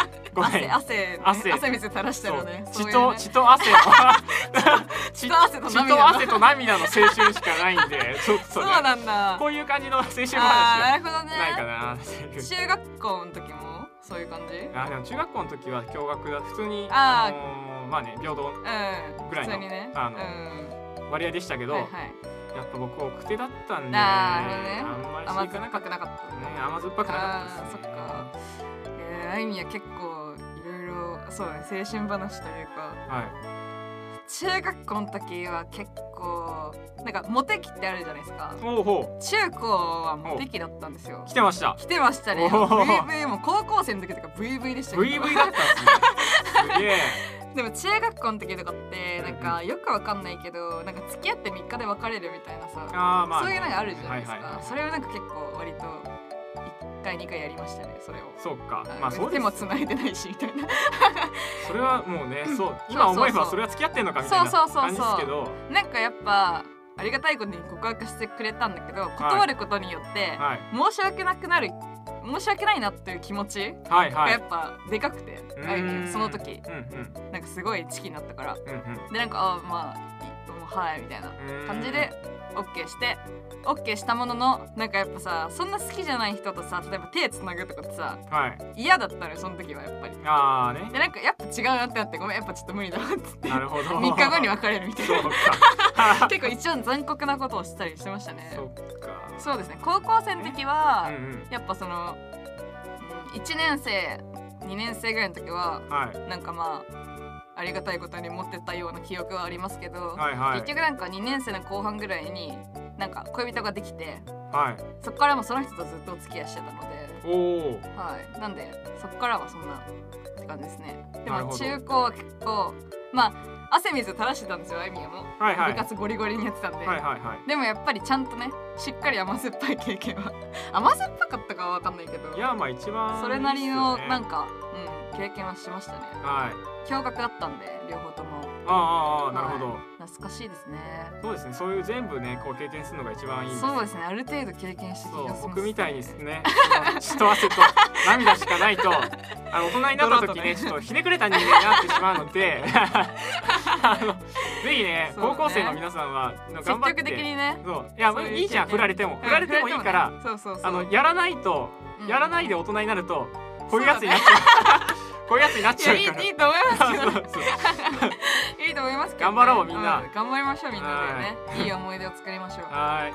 Speaker 2: く てごめ
Speaker 1: 汗
Speaker 2: ん
Speaker 1: 汗ね
Speaker 2: 汗
Speaker 1: 汗水垂らした
Speaker 2: そ
Speaker 1: ら
Speaker 2: う
Speaker 1: ねそう
Speaker 2: 血
Speaker 1: いう
Speaker 2: と
Speaker 1: ね
Speaker 2: 血と汗の
Speaker 1: 血
Speaker 2: 血
Speaker 1: と汗と
Speaker 2: 血
Speaker 1: 涙
Speaker 2: と
Speaker 1: の
Speaker 2: 汗と涙の青春しかない んでちょっと、ね、
Speaker 1: そうなんだ
Speaker 2: こういう感じの青春話
Speaker 1: あー
Speaker 2: は
Speaker 1: なるほどね
Speaker 2: ないかなっていう。
Speaker 1: 中学校の時もそういう感じうん
Speaker 2: あーでも中学校の時は共学だ普通に
Speaker 1: あー
Speaker 2: あのーまあね平等ぐらい
Speaker 1: 普
Speaker 2: の
Speaker 1: 通にね
Speaker 2: あの
Speaker 1: うん
Speaker 2: 割合でしたけど、
Speaker 1: はいは
Speaker 2: やっぱ僕奥手だったんで、
Speaker 1: なるほどね
Speaker 2: あんま
Speaker 1: い
Speaker 2: り
Speaker 1: 甘
Speaker 2: 行か
Speaker 1: 酸
Speaker 2: な
Speaker 1: っ
Speaker 2: か
Speaker 1: ぱ
Speaker 2: っ
Speaker 1: く
Speaker 2: た
Speaker 1: なかった
Speaker 2: ね甘酸っぱくなかったですね。
Speaker 1: あーえーあいみは結構いろいろそうね青春話というか
Speaker 2: はい
Speaker 1: 中学校の時は結構なんかモテ期ってあるじゃないですか
Speaker 2: ほうほ
Speaker 1: 中高はモテ期だったんですよ
Speaker 2: う来てました
Speaker 1: 来てましたね
Speaker 2: おー
Speaker 1: VV も高校生の時とか VV でしたけ
Speaker 2: VV
Speaker 1: ど
Speaker 2: だったんですねすげえ
Speaker 1: でも中学校の時とかってなんかよくわかんないけどなんか付き合って3日で別れるみたいなさ
Speaker 2: あーまあ
Speaker 1: そういうのがあるじゃないですか、
Speaker 2: はいはいはい
Speaker 1: それをなんか結構割と1回2回やりましたねそれを
Speaker 2: そうかまあそうで
Speaker 1: 手
Speaker 2: す
Speaker 1: もつないでないしみたいな
Speaker 2: それはもうねそう
Speaker 1: そ
Speaker 2: 今
Speaker 1: うそうそう
Speaker 2: 思えばそれは付き合ってんのかみたいな
Speaker 1: そうそうそう
Speaker 2: 感
Speaker 1: そう
Speaker 2: じですけど
Speaker 1: なんかやっぱありがたいことに告白してくれたんだけど断ることによって
Speaker 2: はい
Speaker 1: 申し訳なくなる申し訳ないなっていう気持ち
Speaker 2: はい
Speaker 1: が
Speaker 2: は
Speaker 1: やっ
Speaker 2: い
Speaker 1: ぱでかくて、
Speaker 2: うん
Speaker 1: あいみはその時
Speaker 2: うんうん
Speaker 1: なんかすごいチキになったから
Speaker 2: うんうん
Speaker 1: でなんかあーまあいもうはいみたいな
Speaker 2: うん
Speaker 1: 感じで OK して OK したもののなんかやっぱさそんな好きじゃない人とさ例えば手つなぐとかってさ
Speaker 2: はい
Speaker 1: 嫌だったのよその時はやっぱり。
Speaker 2: ああね
Speaker 1: でなんかやっぱ違うなってなってごめんやっぱちょっと無理だなっつって
Speaker 2: なるほ ど
Speaker 1: 3日後に別れるみたい
Speaker 2: そ
Speaker 1: な
Speaker 2: うか
Speaker 1: 結構一応残酷なことをしたりしてましたね
Speaker 2: そ
Speaker 1: そう
Speaker 2: っか
Speaker 1: ですね高校生の時
Speaker 2: う
Speaker 1: は
Speaker 2: ん、うん
Speaker 1: やっぱその、うん、1年生2年生ぐらいの時は
Speaker 2: はい
Speaker 1: なんかまあありがたいことに持ってたような記憶はありますけど、
Speaker 2: はいはい
Speaker 1: 結局なんか2年生の後半ぐらいになんか恋人ができて
Speaker 2: はい
Speaker 1: そこからもうその人とずっとお付き合いしてたので、
Speaker 2: おお
Speaker 1: はい、なんでそこからはそんなって感じですねで
Speaker 2: なる
Speaker 1: も
Speaker 2: ほど
Speaker 1: 中高は結構まあ汗水垂らしてたんですよあいみやも、
Speaker 2: はいはい
Speaker 1: 部活ゴリゴリにやってたんで、
Speaker 2: はいはいはい
Speaker 1: でもやっぱりちゃんとねしっかり甘酸っぱい経験は 甘酸っぱかったかは分かんないけど
Speaker 2: いやまあ一番
Speaker 1: それなりの
Speaker 2: いいっすよね
Speaker 1: なんか、うん、経験はしましたね
Speaker 2: はい
Speaker 1: 驚愕だったんで両方とも
Speaker 2: ああああなるほ
Speaker 1: は
Speaker 2: ど
Speaker 1: い懐かしいですね
Speaker 2: そうですねそういう全部ねこう経験するのが一番いいんですよ
Speaker 1: そうですねある程度経験して
Speaker 2: そう
Speaker 1: 気がします
Speaker 2: 僕みたいにですね血と汗と涙しかな いとあの大人になっ
Speaker 1: 泥
Speaker 2: た時ね
Speaker 1: とね
Speaker 2: ちょっとひねくれた人間になってしまうので あのぜひね
Speaker 1: そうね
Speaker 2: 高校生の皆さんはあの
Speaker 1: 積
Speaker 2: 頑張って
Speaker 1: 極的にね
Speaker 2: そういや
Speaker 1: そういう
Speaker 2: いいじゃん
Speaker 1: 経験
Speaker 2: 振られても振られてもいいから、
Speaker 1: うんそうそうそう
Speaker 2: あのやらないと、
Speaker 1: うん
Speaker 2: やらないで大人になると
Speaker 1: ん
Speaker 2: こういうやつになっちゃうこういうやつになっ
Speaker 1: い
Speaker 2: ちゃ
Speaker 1: や
Speaker 2: う
Speaker 1: いいいい
Speaker 2: から
Speaker 1: と思いますけど
Speaker 2: そうそうそう
Speaker 1: いいと思いますけど、
Speaker 2: 頑張ろうみんな
Speaker 1: 頑張りましょうみんなでねいい思い出を作りましょうは
Speaker 2: はい
Speaker 1: い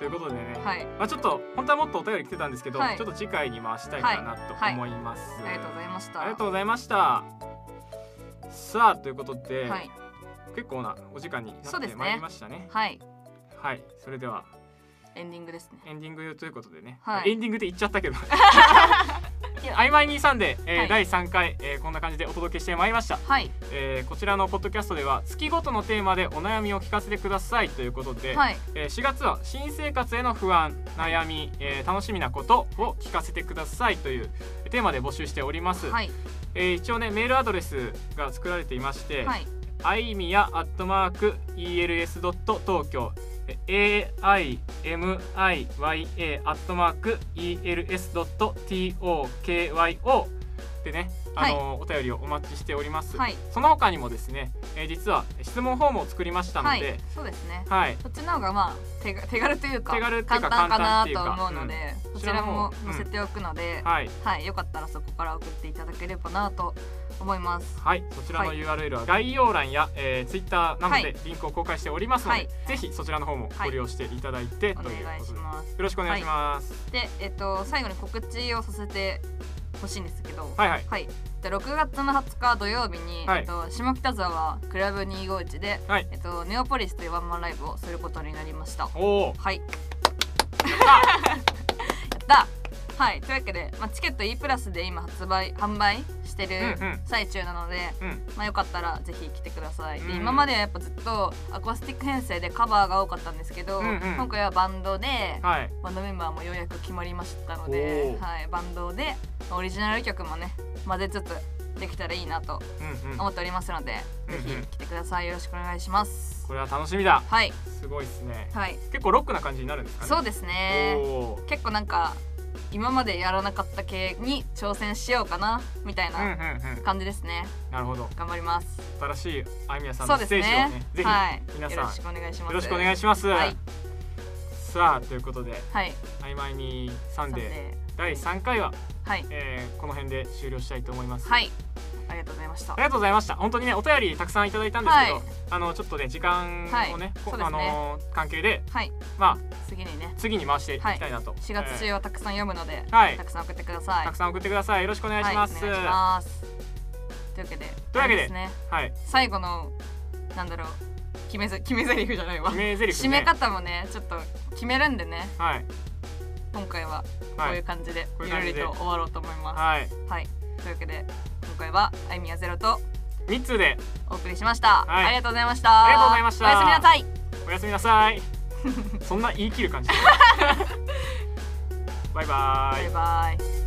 Speaker 2: ということでね、
Speaker 1: はい
Speaker 2: まあちょっと本当はもっとお便り来てたんですけど、
Speaker 1: はい
Speaker 2: ちょっと次回に回したいかなと思います、
Speaker 1: ありがとうございました
Speaker 2: ありがとうございました。さあということで、
Speaker 1: はい
Speaker 2: 結構なお時間にな
Speaker 1: そう
Speaker 2: っ
Speaker 1: で
Speaker 2: て
Speaker 1: すね
Speaker 2: まいりましたね。
Speaker 1: はい
Speaker 2: はい、それでは
Speaker 1: エンディングですね
Speaker 2: エンディングということでね、
Speaker 1: はい
Speaker 2: エンディングで言っちゃった けど。曖昧にさんで、えー
Speaker 1: はい
Speaker 2: 第3回、えーこんな感じでお届けしてまいりました、
Speaker 1: はい
Speaker 2: えーこちらのポッドキャストでは月ごとのテーマでお悩みを聞かせてくださいということで、
Speaker 1: はい
Speaker 2: えー4月は新生活への不安悩み、えー楽しみなことを聞かせてくださいというテーマで募集しております、
Speaker 1: はい
Speaker 2: えー一応ねメールアドレスが作られていまして、
Speaker 1: はい
Speaker 2: あいみやアットマーク ELS.TOKYO AIMIYA アットマーク ELS.TOKYO でね、あのお便りをお待ちしております、
Speaker 1: はい
Speaker 2: その他にもですね、えー実は質問フォームを作りましたの
Speaker 1: はい
Speaker 2: で、
Speaker 1: そうですね
Speaker 2: はい
Speaker 1: そっちの方がまあ手が手軽というか
Speaker 2: 手軽っていうか
Speaker 1: 簡単
Speaker 2: 簡単っ
Speaker 1: か
Speaker 2: てい
Speaker 1: な
Speaker 2: う
Speaker 1: と
Speaker 2: か
Speaker 1: 思うので
Speaker 2: う
Speaker 1: そ
Speaker 2: ん
Speaker 1: ちらも
Speaker 2: そちらの方
Speaker 1: 載せておくので、
Speaker 2: はい
Speaker 1: はいよかったらそこから送っていただければなと思います
Speaker 2: はい、そちらの
Speaker 1: はい
Speaker 2: URL は概要欄や、えー、Twitter など
Speaker 1: は
Speaker 2: で
Speaker 1: い
Speaker 2: リンクを公開しておりますので、
Speaker 1: はい
Speaker 2: ぜひそちらの方もご利用していただいて、
Speaker 1: お
Speaker 2: という
Speaker 1: 願い
Speaker 2: こと
Speaker 1: し
Speaker 2: で、よ
Speaker 1: ます
Speaker 2: ろしくお願いします。
Speaker 1: でえっと最後に告知をさせてほしいんですけど
Speaker 2: はい、はい、
Speaker 1: はい、じゃあ6月の20日土曜日に、
Speaker 2: はい
Speaker 1: えっと、下北沢クラブ251で、
Speaker 2: はい
Speaker 1: えっと、ネオポリスというワンマンライブをすることになりました。
Speaker 2: おお、
Speaker 1: はい。やった。やった はいというわけで、まあ、チケット E プラスで今発売販売してる
Speaker 2: うんうん
Speaker 1: 最中なので、
Speaker 2: うん
Speaker 1: まあ、よかったらぜひ来てください、で
Speaker 2: うん
Speaker 1: 今まではやっぱずっとアコースティック編成でカバーが多かったんですけど、
Speaker 2: うんうん
Speaker 1: 今回はバンドで、
Speaker 2: はい
Speaker 1: バンドメンバーもようやく決まりましたので
Speaker 2: お、ー
Speaker 1: はい、バンドでオリジナル曲もね混ぜつつできたらいいなと
Speaker 2: うんうん
Speaker 1: 思っておりますので、
Speaker 2: うんうん
Speaker 1: ぜひ来てくださいよろしくお願いします
Speaker 2: これは楽しみだ
Speaker 1: はい
Speaker 2: すごいですね
Speaker 1: はい
Speaker 2: 結構ロックな感じになるんですかね
Speaker 1: そう
Speaker 2: で
Speaker 1: ですね
Speaker 2: おー
Speaker 1: 結構なんか今までやらなかった系に挑戦しようかなみたい
Speaker 2: うんうんう
Speaker 1: なん感じですね、
Speaker 2: なるほど
Speaker 1: 頑張ります
Speaker 2: 新しいあいみやさん
Speaker 1: そ
Speaker 2: の
Speaker 1: うで
Speaker 2: ス
Speaker 1: す
Speaker 2: テージを
Speaker 1: ね
Speaker 2: ねぜひ
Speaker 1: はい、
Speaker 2: 皆さん
Speaker 1: よろしくお願いします
Speaker 2: よろしくお願いします、
Speaker 1: はい
Speaker 2: さあということで
Speaker 1: はい
Speaker 2: 「あいまいにサン
Speaker 1: さ
Speaker 2: デー
Speaker 1: て
Speaker 2: 第3回は、
Speaker 1: はい
Speaker 2: えーこの辺で終了したいと思います、
Speaker 1: はいありがとうございました
Speaker 2: ありがとうございました本当にねお便りたくさんいただいたんですけど、
Speaker 1: はい
Speaker 2: あのちょっとね時間をね,こ、
Speaker 1: そうですね
Speaker 2: あのー関係で
Speaker 1: はい
Speaker 2: まあ
Speaker 1: 次にね
Speaker 2: 次に回していきたいなと、
Speaker 1: 4月
Speaker 2: え
Speaker 1: 中はたくさん読むので、
Speaker 2: ーはい
Speaker 1: たくさん送ってください
Speaker 2: たくさん送ってくださいよろしくお願いします、
Speaker 1: は、お
Speaker 2: はいい
Speaker 1: 願いしますというわけで
Speaker 2: というわけで
Speaker 1: あれすね、最後のなんだろう決めず決め台詞じゃないわ
Speaker 2: 決め台詞
Speaker 1: 締
Speaker 2: ね
Speaker 1: め方もねちょっと決めるんでね
Speaker 2: はい
Speaker 1: 今回はこう
Speaker 2: はいいう
Speaker 1: 感じで
Speaker 2: こうい
Speaker 1: ゆ
Speaker 2: う
Speaker 1: る
Speaker 2: 感
Speaker 1: り
Speaker 2: じで
Speaker 1: と終わろうと思いま
Speaker 2: はい
Speaker 1: すはい、というわけで今回はあいみやゼロと
Speaker 2: 3つで
Speaker 1: お送りしました、
Speaker 2: はい
Speaker 1: ありがとうございました
Speaker 2: ありがとうございました
Speaker 1: おやすみなさい
Speaker 2: おやすみ なさいそんな言い切る感じバイバイ
Speaker 1: バイバイ